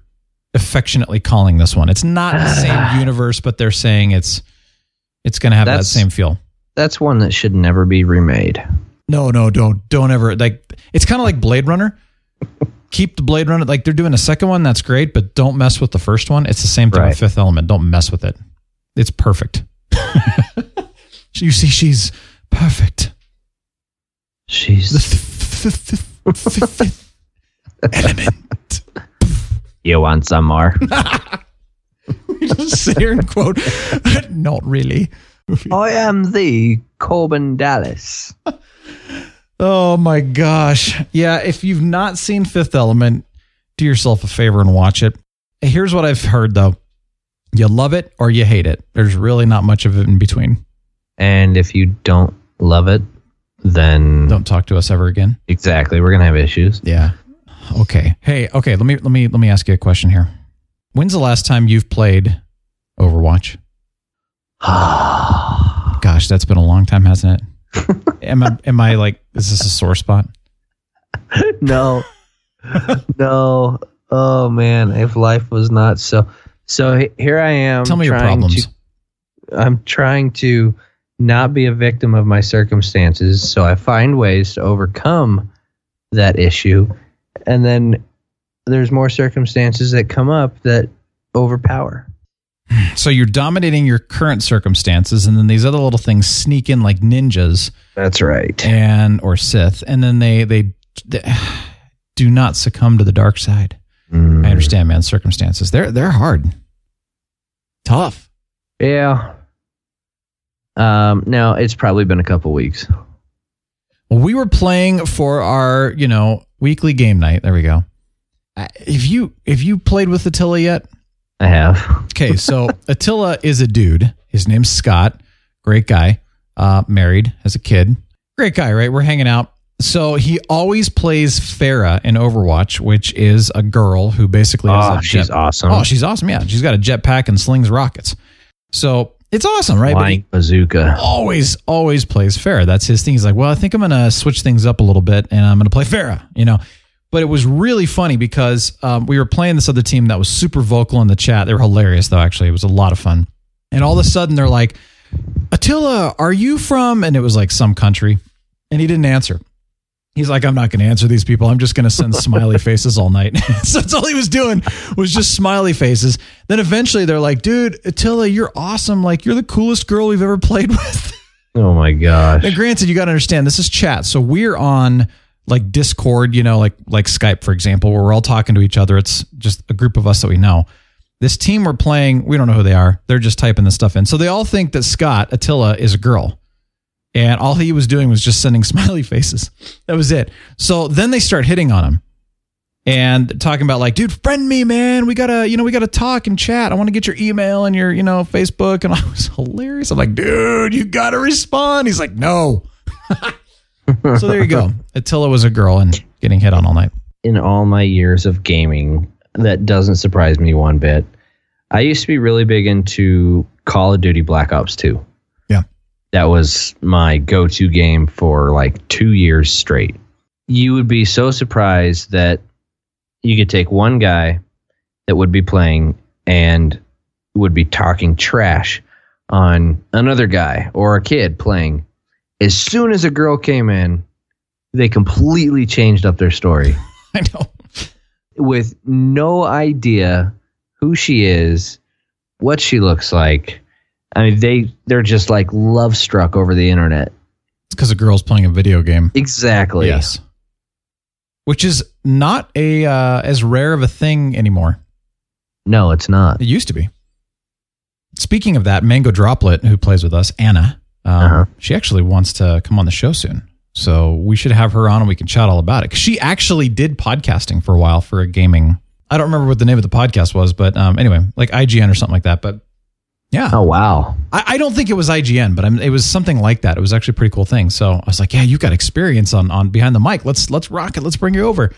S2: affectionately calling this one. It's not the same universe, but they're saying it's it's going to have
S3: That's-
S2: that same feel.
S3: That's one that should never be remade.
S2: no, no, don't, don't ever. Like, it's kind of like Blade Runner. Keep the Blade Runner. Like, they're doing a second one. That's great, but don't mess with the first one. It's the same thing
S3: Right.
S2: with Fifth Element. Don't mess with it. It's perfect. you see, she's perfect. The
S3: She's
S2: f- f- f- f- fifth element.
S3: you want some more?
S2: You just sit here and quote, not really.
S3: I am the Corbin Dallas.
S2: Oh my gosh. Yeah, if you've not seen Fifth Element, do yourself a favor and watch it. Here's what I've heard though. You love it or you hate it. There's really not much of it in between.
S3: And if you don't love it, then
S2: Don't talk to us ever again.
S3: exactly, we're gonna have issues.
S2: Yeah. Okay. Hey, okay, let me let me let me ask you a question here. When's the last time you've played Overwatch? Gosh, that's been a long time, hasn't it? am I am I like is this a sore spot?
S3: no, no. Oh man, if life was not so. So he- here I am.
S2: Tell me your
S3: trying
S2: problems.
S3: to- I'm trying to not be a victim of my circumstances, so I find ways to overcome that issue, and then there's more circumstances that come up that overpower.
S2: So you're dominating your current circumstances, and then these other little things sneak in like ninjas
S3: That's right.
S2: and or Sith, and then they they, they do not succumb to the dark side.
S3: Mm.
S2: I understand, man. Circumstances they're they're hard, tough.
S3: Yeah. Um, no, it's probably been a couple weeks.
S2: Well, we were playing for our you know weekly game night. There we go. Uh, If you if you played with Attila yet,
S3: I have.
S2: Okay, so Attila is a dude. His name's Scott. Great guy. Uh, married, has a kid. Great guy, right? We're hanging out. So he always plays Farah in Overwatch, which is a girl who basically has
S3: Oh,
S2: a
S3: she's awesome.
S2: Oh, she's awesome. Yeah, she's got a jetpack and slings rockets. So it's awesome, right? But he
S3: Flying bazooka.
S2: always, always plays Farah. That's his thing. He's like, well, I think I'm gonna switch things up a little bit, and I'm gonna play Farah. You know. But it was really funny because um, we were playing this other team that was super vocal in the chat. They were hilarious, though. Actually, it was a lot of fun. And all of a sudden, they're like, "Attila, are you from?" And it was like some country, and he didn't answer. He's like, I'm not going to answer these people. I'm just going to send smiley faces all night. so that's all he was doing was just smiley faces. Then eventually they're like, dude, Attila, you're awesome. Like, you're the coolest girl we've ever played with.
S3: Oh my gosh.
S2: now, granted, you got to understand this is chat. So we're on like Discord, you know, like like Skype, for example, where we're all talking to each other. It's just a group of us that we know. This team we're playing, we don't know who they are. They're just typing this stuff in. So they all think that Scott Attila is a girl. And all he was doing was just sending smiley faces. That was it. So then they start hitting on him and talking about like, dude, friend me, man. We gotta, you know, we gotta talk and chat. I want to get your email and your, you know, Facebook. And I was hilarious. I'm like, dude, you gotta respond. He's like, no. so there you go. Attila was a girl and getting hit on all night.
S3: in all my years of gaming, that doesn't surprise me one bit. I used to be really big into Call of Duty Black Ops 2.
S2: Yeah.
S3: That was my go to game for like two years straight. You would be so surprised that you could take one guy that would be playing and would be talking trash on another guy or a kid playing. As soon as a girl came in, they completely changed up their story
S2: I know.
S3: with no idea who she is, what she looks like. I mean, they they're just like love struck over the internet.
S2: It's because a girl's playing a video game.
S3: Exactly.
S2: Yes. Which is not a uh, as rare of a thing anymore.
S3: No, it's not.
S2: It used to be. Speaking of that, Mango Droplet, who plays with us, Anna, um,
S3: Uh-huh.
S2: she actually wants to come on the show soon. So we should have her on and we can chat all about it. 'Cause she actually did podcasting for a while for a gaming. I don't remember what the name of the podcast was, but um, anyway, like IGN or something like that. But yeah,
S3: Oh wow.
S2: I, I don't think it was IGN, but I'm, it was something like that. It was actually a pretty cool thing. So I was like, yeah, you got experience on on behind the mic. Let's let's rock it. Let's bring you over.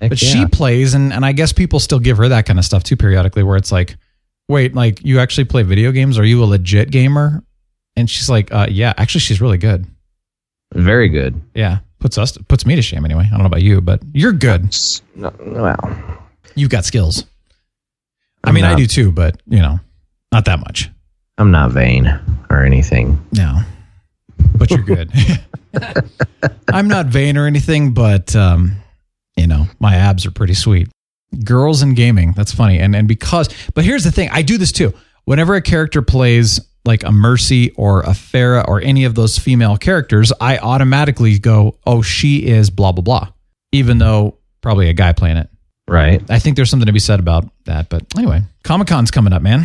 S3: Heck
S2: But
S3: yeah.
S2: she plays, and and I guess people still give her that kind of stuff too periodically, where it's like, wait, like you actually play video games? Are you a legit gamer? And she's like, uh, yeah, actually, she's really good.
S3: very good.
S2: Yeah, puts us puts me to shame anyway. I don't know about you, but you're good.
S3: S- no- Wow.
S2: You've got skills. I
S3: I'm
S2: mean, I
S3: not-
S2: do too, but you know, not that much.
S3: I'm not vain or anything.
S2: No, but you're good. I'm not vain or anything, but um, you know, my abs are pretty sweet. Girls in gaming, that's funny. And and because, but here's the thing, I do this too. Whenever a character plays like a Mercy or a Farah or any of those female characters, I automatically go, "Oh, she is blah blah blah," even though probably a guy playing it.
S3: Right.
S2: I think there's something to be said about that. But anyway, Comic Con's coming up, man.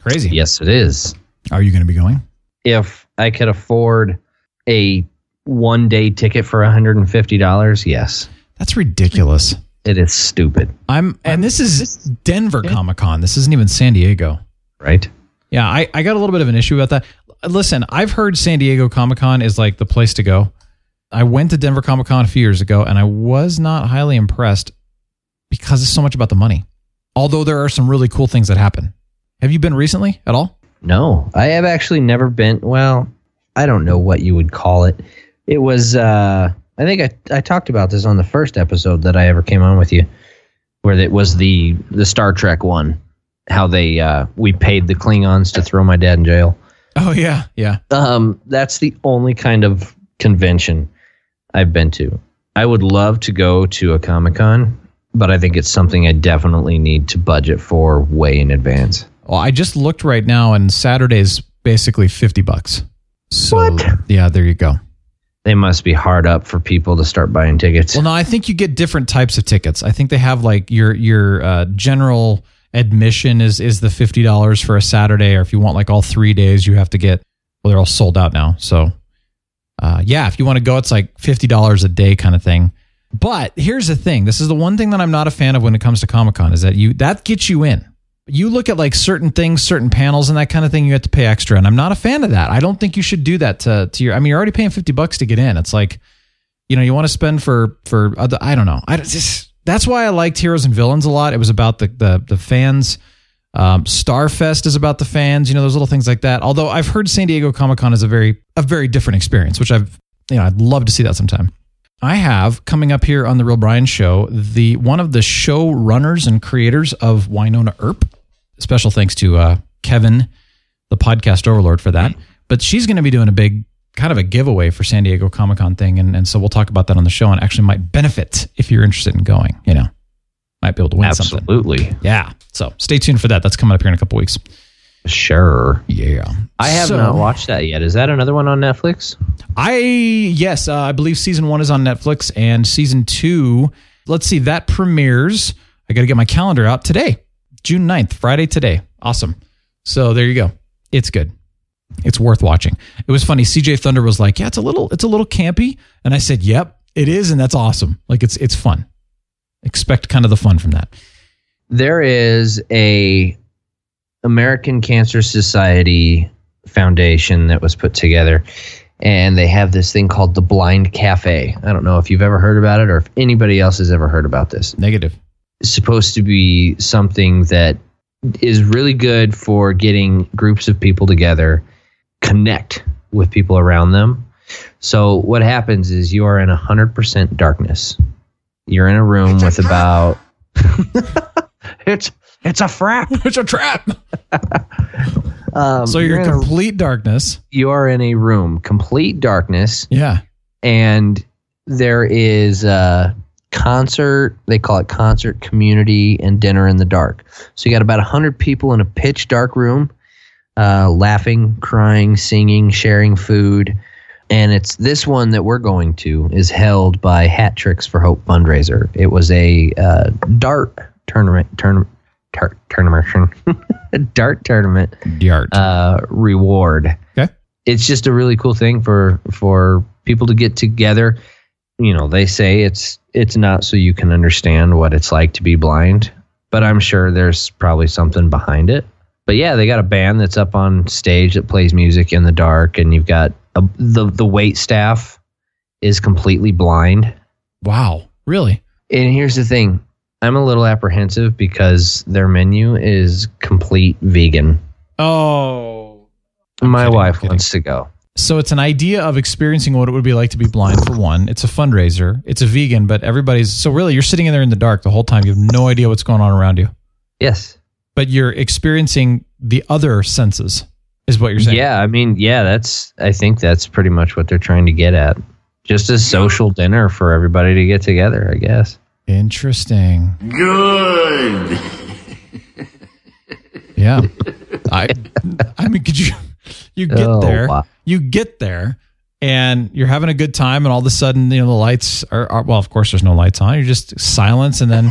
S2: Crazy.
S3: Yes, it is.
S2: Are you going to be going?
S3: If I could afford a one day ticket for $150, yes.
S2: That's ridiculous.
S3: It is stupid,
S2: I'm, and this is Denver Comic Con. This isn't even San Diego.
S3: right?
S2: Yeah, I, I got a little bit of an issue about that. L- Listen, I've heard San Diego Comic Con is like the place to go. I went to Denver Comic Con a few years ago and I was not highly impressed because it's so much about the money. Although there are some really cool things that happen. Have you been recently at all?
S3: No, I have actually never been. Well, I don't know what you would call it. It was. Uh, I think I, I talked about this on the first episode that I ever came on with you, where it was the the Star Trek one. How they uh, we paid the Klingons to throw my dad in jail.
S2: Oh, yeah. Yeah.
S3: Um, that's the only kind of convention I've been to. I would love to go to a Comic Con, but I think it's something I definitely need to budget for way in advance.
S2: Well, I just looked right now and Saturday's basically 50 bucks. So,
S3: What?
S2: yeah, there you go.
S3: They must be hard up for people to start buying tickets.
S2: Well, no, I think you get different types of tickets. I think they have like your your uh, general admission is is the fifty dollars for a Saturday, or if you want like all three days, you have to get. Well, they're all sold out now, so uh, yeah, if you want to go, it's like fifty dollars a day kind of thing. But here's the thing: this is the one thing that I'm not a fan of when it comes to Comic Con is that you that gets you in. You look at like certain things, certain panels, and that kind of thing. You have to pay extra, and I'm not a fan of that. I don't think you should do that to to your. I mean, you're already paying fifty bucks to get in. It's like you know you want to spend for for other, I don't know. I don't- just that's why I liked Heroes and Villains a lot. It was about the the the fans. Um, Starfest is about the fans, you know, those little things like that. Although I've heard San Diego Comic Con is a very a very different experience, which I've you know I'd love to see that sometime. I have coming up here on the Real Brian Show the one of the show runners and creators of Winona Earp. Special thanks to uh, Kevin, the podcast overlord, for that. But she's going to be doing a big kind of a giveaway for San Diego Comic Con thing, and, and so we'll talk about that on the show, and actually might benefit if you're interested in going. You know, might be able to win something.
S3: Absolutely.
S2: Yeah. So stay tuned for that. That's coming up here in a couple weeks.
S3: Sure.
S2: Yeah.
S3: I have
S2: So-
S3: not watched that yet. Is that another one on Netflix?
S2: I yes, uh, I believe season one is on Netflix and season two. Let's see that premieres. I got to get my calendar out today, June 9th, Friday today. Awesome. So there you go. It's good. It's worth watching. It was funny. CJ Thunder was like, "Yeah, it's a little, it's a little campy," and I said, "Yep, it is," and that's awesome. Like it's it's fun. Expect kind of the fun from that.
S3: There is a American Cancer Society foundation that was put together and they have this thing called the Blind Cafe. I don't know if you've ever heard about it or if anybody else has ever heard about this.
S2: Negative.
S3: supposed to be something that is really good for getting groups of people together, connect with people around them. So what happens is you are in 100% darkness. You're in a room with about It's it's a frap.
S2: It's a trap.
S3: Um,
S2: so you're in
S3: in a,
S2: complete darkness.
S3: you are in a room, complete darkness,
S2: Yeah.
S3: and there is a concert they call it concert community and dinner in the dark so you got about 100 people in a pitch dark room uh, laughing crying singing sharing food and it's this one that we're going to is held by hat tricks for hope fundraiser it was a uh, dart tournament turn, tur- tournament dart tournament
S2: Yard.
S3: uh, reward.
S2: Okay.
S3: It's just a really cool thing for for people to get together. You know, they say it's it's not so you can understand what it's like to be blind, but I'm sure there's probably something behind it. But yeah, they got a band that's up on stage that plays music in the dark, and you've got a, the the wait staff is completely blind.
S2: wow. Really?
S3: And here's the thing. I'm a little apprehensive because their menu is complete vegan.
S2: Oh.
S3: My
S2: kidding, I'm
S3: wife
S2: kidding.
S3: wants to go.
S2: So it's an idea of experiencing what it would be like to be blind for one. It's a fundraiser. It's a vegan, but everybody's so really you're sitting in there in the dark the whole time. You have no idea what's going on around you.
S3: Yes.
S2: But you're experiencing the other senses is what you're saying.
S3: Yeah, I mean, yeah, that's I think that's pretty much what they're trying to get at. Just a social dinner for everybody to get together, I guess.
S2: Interesting.
S8: Good.
S2: Yeah. I I mean, could you you get
S3: Oh,
S2: there.
S3: wow.
S2: You get there and you're having a good time and all of a sudden, you know, the lights are, are well, of course there's no lights on. You're just silence and then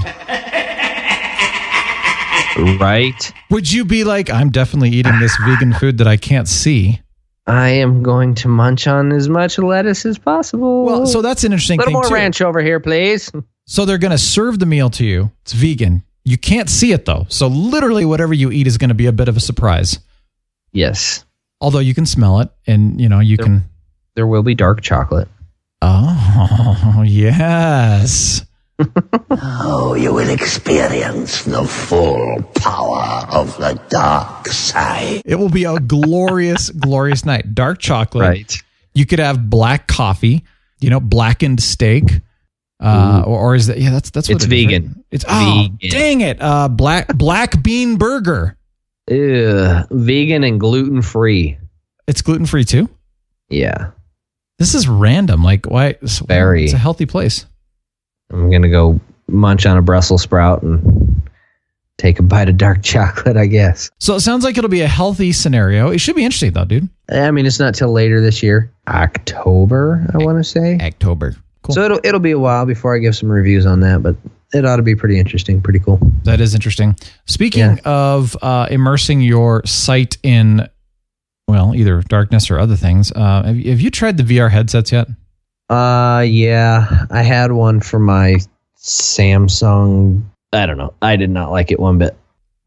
S3: Right?
S2: would you be like, I'm definitely eating this vegan food that I can't see?
S3: I am going to munch on as much lettuce as possible.
S2: Well, so that's an interesting
S3: a little
S2: thing
S3: more
S2: too.
S3: ranch over here, please.
S2: So they're going to serve the meal to you. It's vegan. You can't see it though. So literally whatever you eat is going to be a bit of a surprise.
S3: Yes.
S2: Although you can smell it and you know, you
S3: Yep.
S2: can
S3: There will be dark chocolate.
S2: Oh, yes.
S8: Oh, you will experience the full power of the dark side.
S2: It will be a glorious glorious night. Dark chocolate. You could have black coffee, you know, blackened steak. Uh, or, or is that yeah, that's that's what
S3: It's
S2: it is, right?
S3: vegan.
S2: It's oh,
S3: Vegan.
S2: dang it. Uh black black bean burger.
S3: Ugh, vegan and gluten free.
S2: It's gluten-free too.
S3: Yeah.
S2: This is random. Like why it's-
S3: Very.
S2: it's a healthy place.
S3: I'm gonna go munch on a Brussels sprout and take a bite of dark chocolate, I guess.
S2: So it sounds like it'll be a healthy scenario. It should be interesting though, dude.
S3: I mean, it's not till later this year, October, I want to say.
S2: October. Cool.
S3: So it'll it'll be a while before I give some reviews on that, but it ought to be pretty interesting, pretty cool.
S2: that is interesting. Speaking
S3: Yeah.
S2: of uh, immersing your sight in, well, either darkness or other things, uh, have, you- have you tried the VR headsets yet?
S3: Uh, yeah, I had one for my Samsung. I don't know. I did not like it one bit.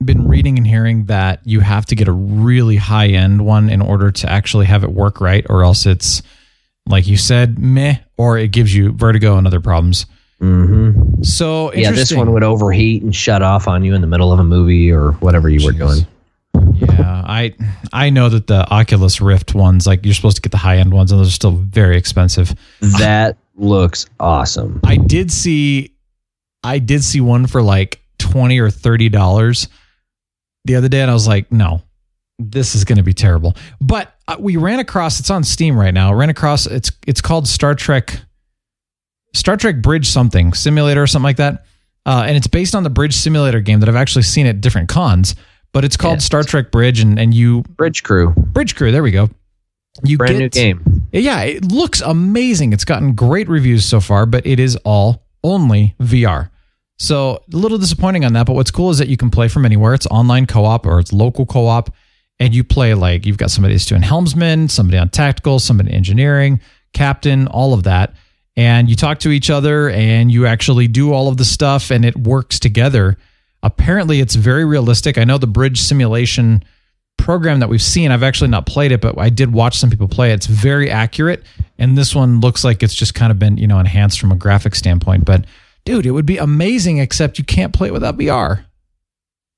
S2: Been reading and hearing that you have to get a really high end one in order to actually have it work right, or else it's, like you said, meh or it gives you vertigo and other problems.
S3: Mm-hmm.
S2: So
S3: Yeah, this
S2: interesting.
S3: one would overheat and shut off on you in the middle of a movie or whatever you were
S2: Jeez.
S3: doing.
S2: Yeah, I I know that the Oculus Rift ones, like you're supposed to get the high end ones, and those are still very expensive.
S3: That looks awesome.
S2: I did see, I did see one for like twenty or thirty dollars the other day, and I was like, no, this is going to be terrible. But uh, we ran across, it's on Steam right now. Ran across, it's it's called Star Trek, Star Trek Bridge something simulator or something like that, uh, and it's based on the Bridge simulator game that I've actually seen at different cons. But it's called
S3: Yes.
S2: Star Trek Bridge, and and you
S3: Bridge Crew,
S2: Bridge Crew. There we go. You
S3: brand new
S2: get-
S3: game.
S2: Yeah, it looks amazing. It's gotten great reviews so far, but it is all only VR. So a little disappointing on that. But what's cool is that you can play from anywhere. It's online co-op or it's local co-op, and you play like you've got somebody that's doing helmsman, somebody on tactical, somebody in engineering, captain, all of that. And you talk to each other and you actually do all of the stuff and it works together. Apparently, it's very realistic. I know the bridge simulation program that we've seen. I've actually not played it, but I did watch some people play it. It's very accurate. And this one looks like it's just kind of been, you know, enhanced from a graphic standpoint. But dude, it would be amazing, except you can't play it without VR.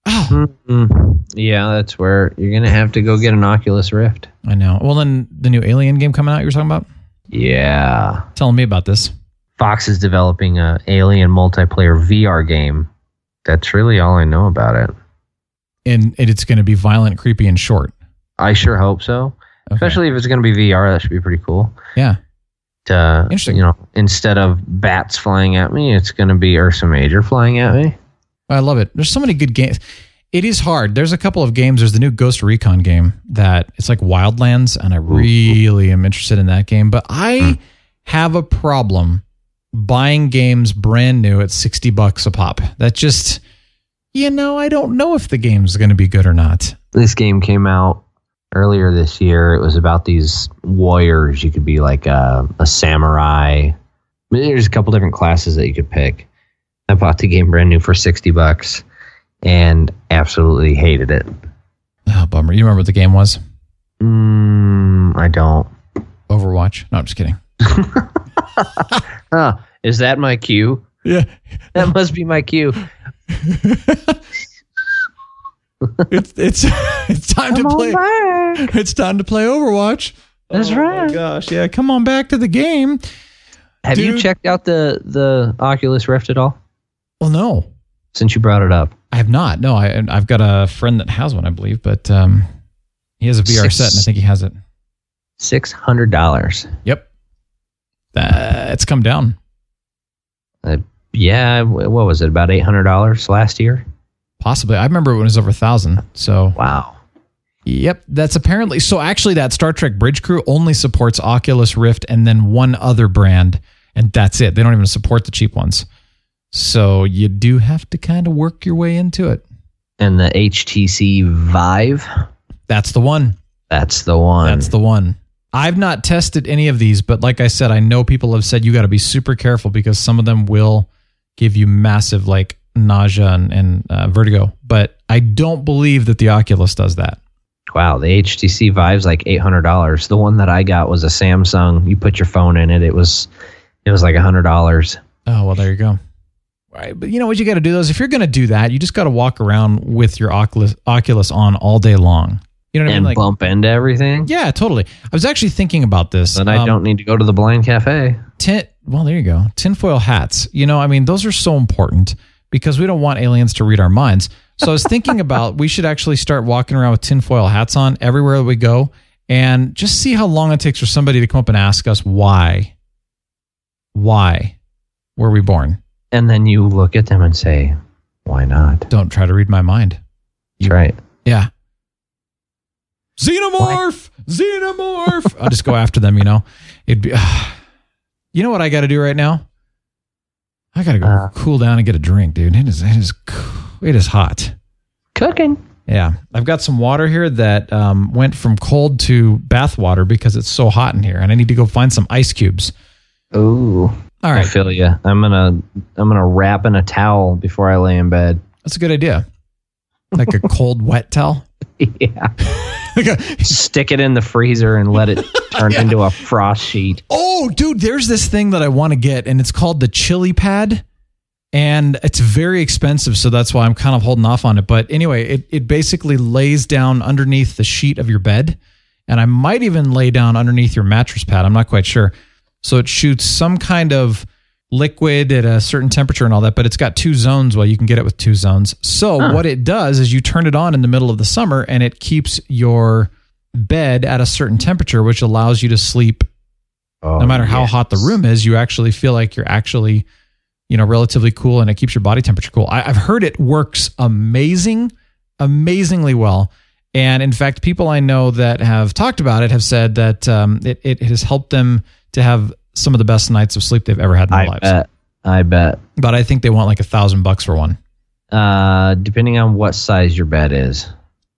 S2: Oh,
S3: Mm, Yeah, that's where you're gonna have to go get an Oculus Rift.
S2: I know. Well, then the new Alien game coming out you were talking about?
S3: Yeah.
S2: Telling me about this.
S3: Fox is developing a alien multiplayer VR game. That's really all I know about it.
S2: And and it's going to be violent, creepy, and short.
S3: I sure hope so.
S2: Okay.
S3: Especially if it's going to be VR, that should be pretty cool.
S2: Yeah.
S3: To,
S2: Interesting.
S3: You know, instead of bats flying at me, it's going to be Ursa Major flying at me.
S2: I love it. There's so many good games. It is hard. There's a couple of games. There's the new Ghost Recon game that it's like Wildlands, and I really am interested in that game. But I have a problem buying games brand new at 60 bucks a pop. That just, you know, I don't know if the game's going to be good or not.
S3: This game came out earlier this year. It was about these warriors. You could be like a, a samurai. There's a couple different classes that you could pick. I bought the game brand new for 60 bucks and absolutely hated it.
S2: Oh, bummer. You remember what the game was?
S3: Mm, I don't.
S2: Overwatch? No, I'm just kidding.
S3: Huh, Ah, is that my cue?
S2: Yeah.
S3: That must be my cue.
S2: It's it's it's time to play. It's time to play Overwatch. That's right. gosh, yeah. Come on back to the game.
S3: Have you
S2: Dude.
S3: checked out the the Oculus Rift at all
S2: Well, no.
S3: since you brought it up?
S2: I have not. No, I, I've got a friend that has one, I believe, but um, he has a VR
S3: Six-
S2: set, and I think he has it.
S3: Six hundred dollars.
S2: Yep, that, it's come down.
S3: Uh, Yeah, wh- what was it? About eight hundred dollars last year.
S2: Possibly, I remember when it was over a thousand. So,
S3: Wow.
S2: yep, that's apparently so. Actually, that Star Trek Bridge Crew only supports Oculus Rift and then one other brand, and that's it. They don't even support the cheap ones. So you do have to kind of work your way into it.
S3: And the HTC Vive.
S2: That's the one.
S3: That's the one.
S2: That's the one. I've not tested any of these, but like I said, I know people have said you got to be super careful because some of them will give you massive like nausea and, and uh, vertigo. But I don't believe that the Oculus does that.
S3: wow. The HTC Vive's like eight hundred dollars. The one that I got was a Samsung. You put your phone in it. It was it was like hundred dollars.
S2: Oh well, there you go. All right, but you know what you got to do though is if you're going to do that, you just got to walk around with your Oculus Oculus on all day long. You know what I
S3: And
S2: mean? Like,
S3: bump into everything.
S2: yeah, totally. I was actually thinking about this,
S3: Then I
S2: Um,
S3: don't need to go to the blind cafe.
S2: tin well there you go tinfoil hats you know i mean those are so important because we don't want aliens to read our minds so i was thinking about we should actually start walking around with tinfoil hats on everywhere that we go and just see how long it takes for somebody to come up and ask us why why were we born
S3: And then you look at them and say, why not?
S2: don't try to read my mind
S3: That's right.
S2: yeah xenomorph xenomorph i'll just go after them you know it'd be you know what i gotta do right now I gotta go
S3: Uh.
S2: cool down and get a drink, dude. It is it is c- it is hot.
S3: Cooking.
S2: Yeah, I've got some water here that um, went from cold to bath water because it's so hot in here, and I need to go find some ice cubes.
S3: Ooh.
S2: All
S3: I
S2: right,
S3: feel you. I'm gonna I'm gonna wrap in a towel before I lay in bed.
S2: that's a good idea. Like a cold, wet towel.
S3: yeah. Stick it in the freezer and let it turn into a frost sheet.
S2: Oh, dude, there's this thing that I want to get, and it's called the Chili Pad, and it's very expensive, so that's why I'm kind of holding off on it. But anyway, it it basically lays down underneath the sheet of your bed, and I might even lay down underneath your mattress pad. I'm not quite sure. So it shoots some kind of liquid at a certain temperature and all that, but it's got two zones. Well, you can get it with two zones. So what it does is you turn it on in the middle of the summer, and it keeps your bed at a certain temperature, which allows you to sleep
S3: Oh,
S2: no matter how hot the room is, you actually feel like you're actually, you know, relatively cool and it keeps your body temperature cool. I, I've heard it works amazing, amazingly well. And in fact, people I know that have talked about it have said that um, it, it has helped them to have some of the best nights of sleep they've ever had in their
S3: I
S2: lives.
S3: bet. I bet.
S2: But I think they want like a thousand bucks for one.
S3: Uh, depending on what size your bed is,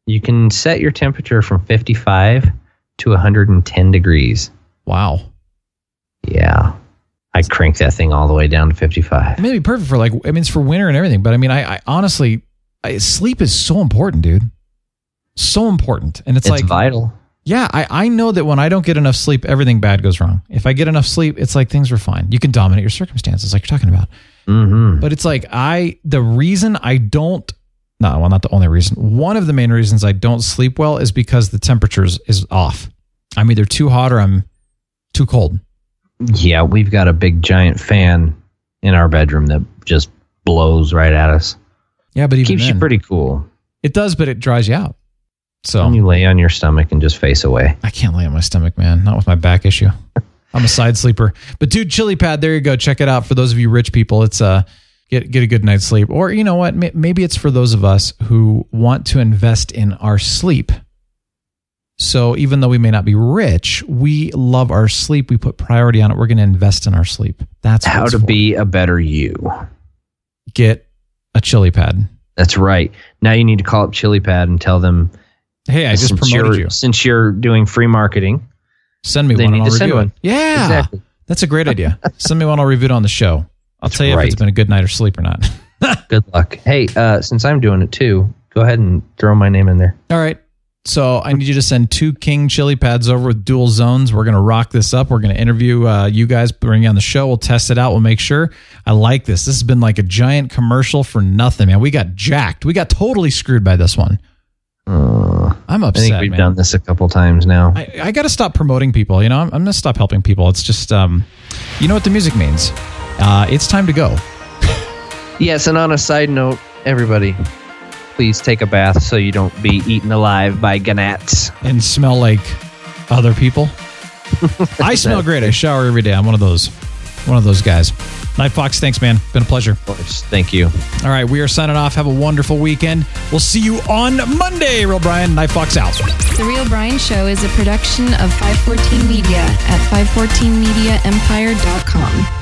S3: you can set your temperature from 55 to 110 degrees.
S2: Wow.
S3: Yeah. I crank that thing all the way down to 55.
S2: Maybe perfect for like, I mean, it's for winter and everything, but I mean, I, I honestly, I, sleep is so important, dude. So important. And it's,
S3: It's
S2: like,
S3: vital.
S2: Yeah, I, I know that when I don't get enough sleep, everything bad goes wrong. If I get enough sleep, it's like things are fine. You can dominate your circumstances, like you're talking about.
S3: Mm-hmm.
S2: But it's like I the reason I don't no, well, not the only reason. One of the main reasons I don't sleep well is because the temperature is, is off. I'm either too hot or I'm too cold.
S3: Yeah, we've got a big giant fan in our bedroom that just blows right at us.
S2: Yeah, but even
S3: Keeps you
S2: then-
S3: pretty cool.
S2: It does, but it dries you out.
S3: And
S2: So
S3: you lay on your stomach and just face away.
S2: I can't lay on my stomach, man. Not with my back issue. I'm a side sleeper. But dude, Chili Pad, there you go. Check it out for those of you rich people. It's uh get get a good night's sleep. Or you know what? May- Maybe it's for those of us who want to invest in our sleep. So even though we may not be rich, we love our sleep. We put priority on it. We're going to invest in our sleep. That's what
S3: How
S2: it's
S3: to
S2: for.
S3: be a better you.
S2: get a Chili Pad.
S3: That's right. Now you need to call up Chili Pad and tell them
S2: Hey, I just
S3: since
S2: promoted
S3: you're-
S2: you.
S3: Since you're doing free marketing,
S2: Send me
S3: they
S2: one and
S3: need
S2: I'll
S3: to send
S2: review it.
S3: one.
S2: Yeah.
S3: Exactly.
S2: That's a great idea. Send me one. I'll review it on the show. I'll tell you if it's
S3: right.
S2: been a good night or sleep or not.
S3: good luck. Hey, uh, since I'm doing it too, go ahead and throw my name in there.
S2: All right. So I need you to send two king chili pads over with dual zones. We're gonna rock this up. We're gonna interview uh, you guys, bring you on the show. We'll test it out. We'll make sure. I like this. This has been like a giant commercial for nothing, man. We got jacked. We got totally screwed by this one. I'm
S3: Uh, I
S2: upset.
S3: think we've
S2: man.
S3: done this a couple times now.
S2: I, I got to stop promoting people. You know, I'm, I'm going to stop helping people. It's just, um, you know what the music means. Uh, it's time to go.
S3: Yes, and on a side note, everybody, please take a bath so you don't be eaten alive by gnats.
S2: and smell like other people. I smell great. I shower every day. I'm one of those, one of those guys. Night Fox, thanks, man. Been a pleasure.
S3: Of course. Thank you.
S2: All right, we are signing off. Have a wonderful weekend. We'll see you on Monday. Real Brian, Night Fox out.
S7: The Real Brian Show is a production of 514 Media at 514mediaempire.com.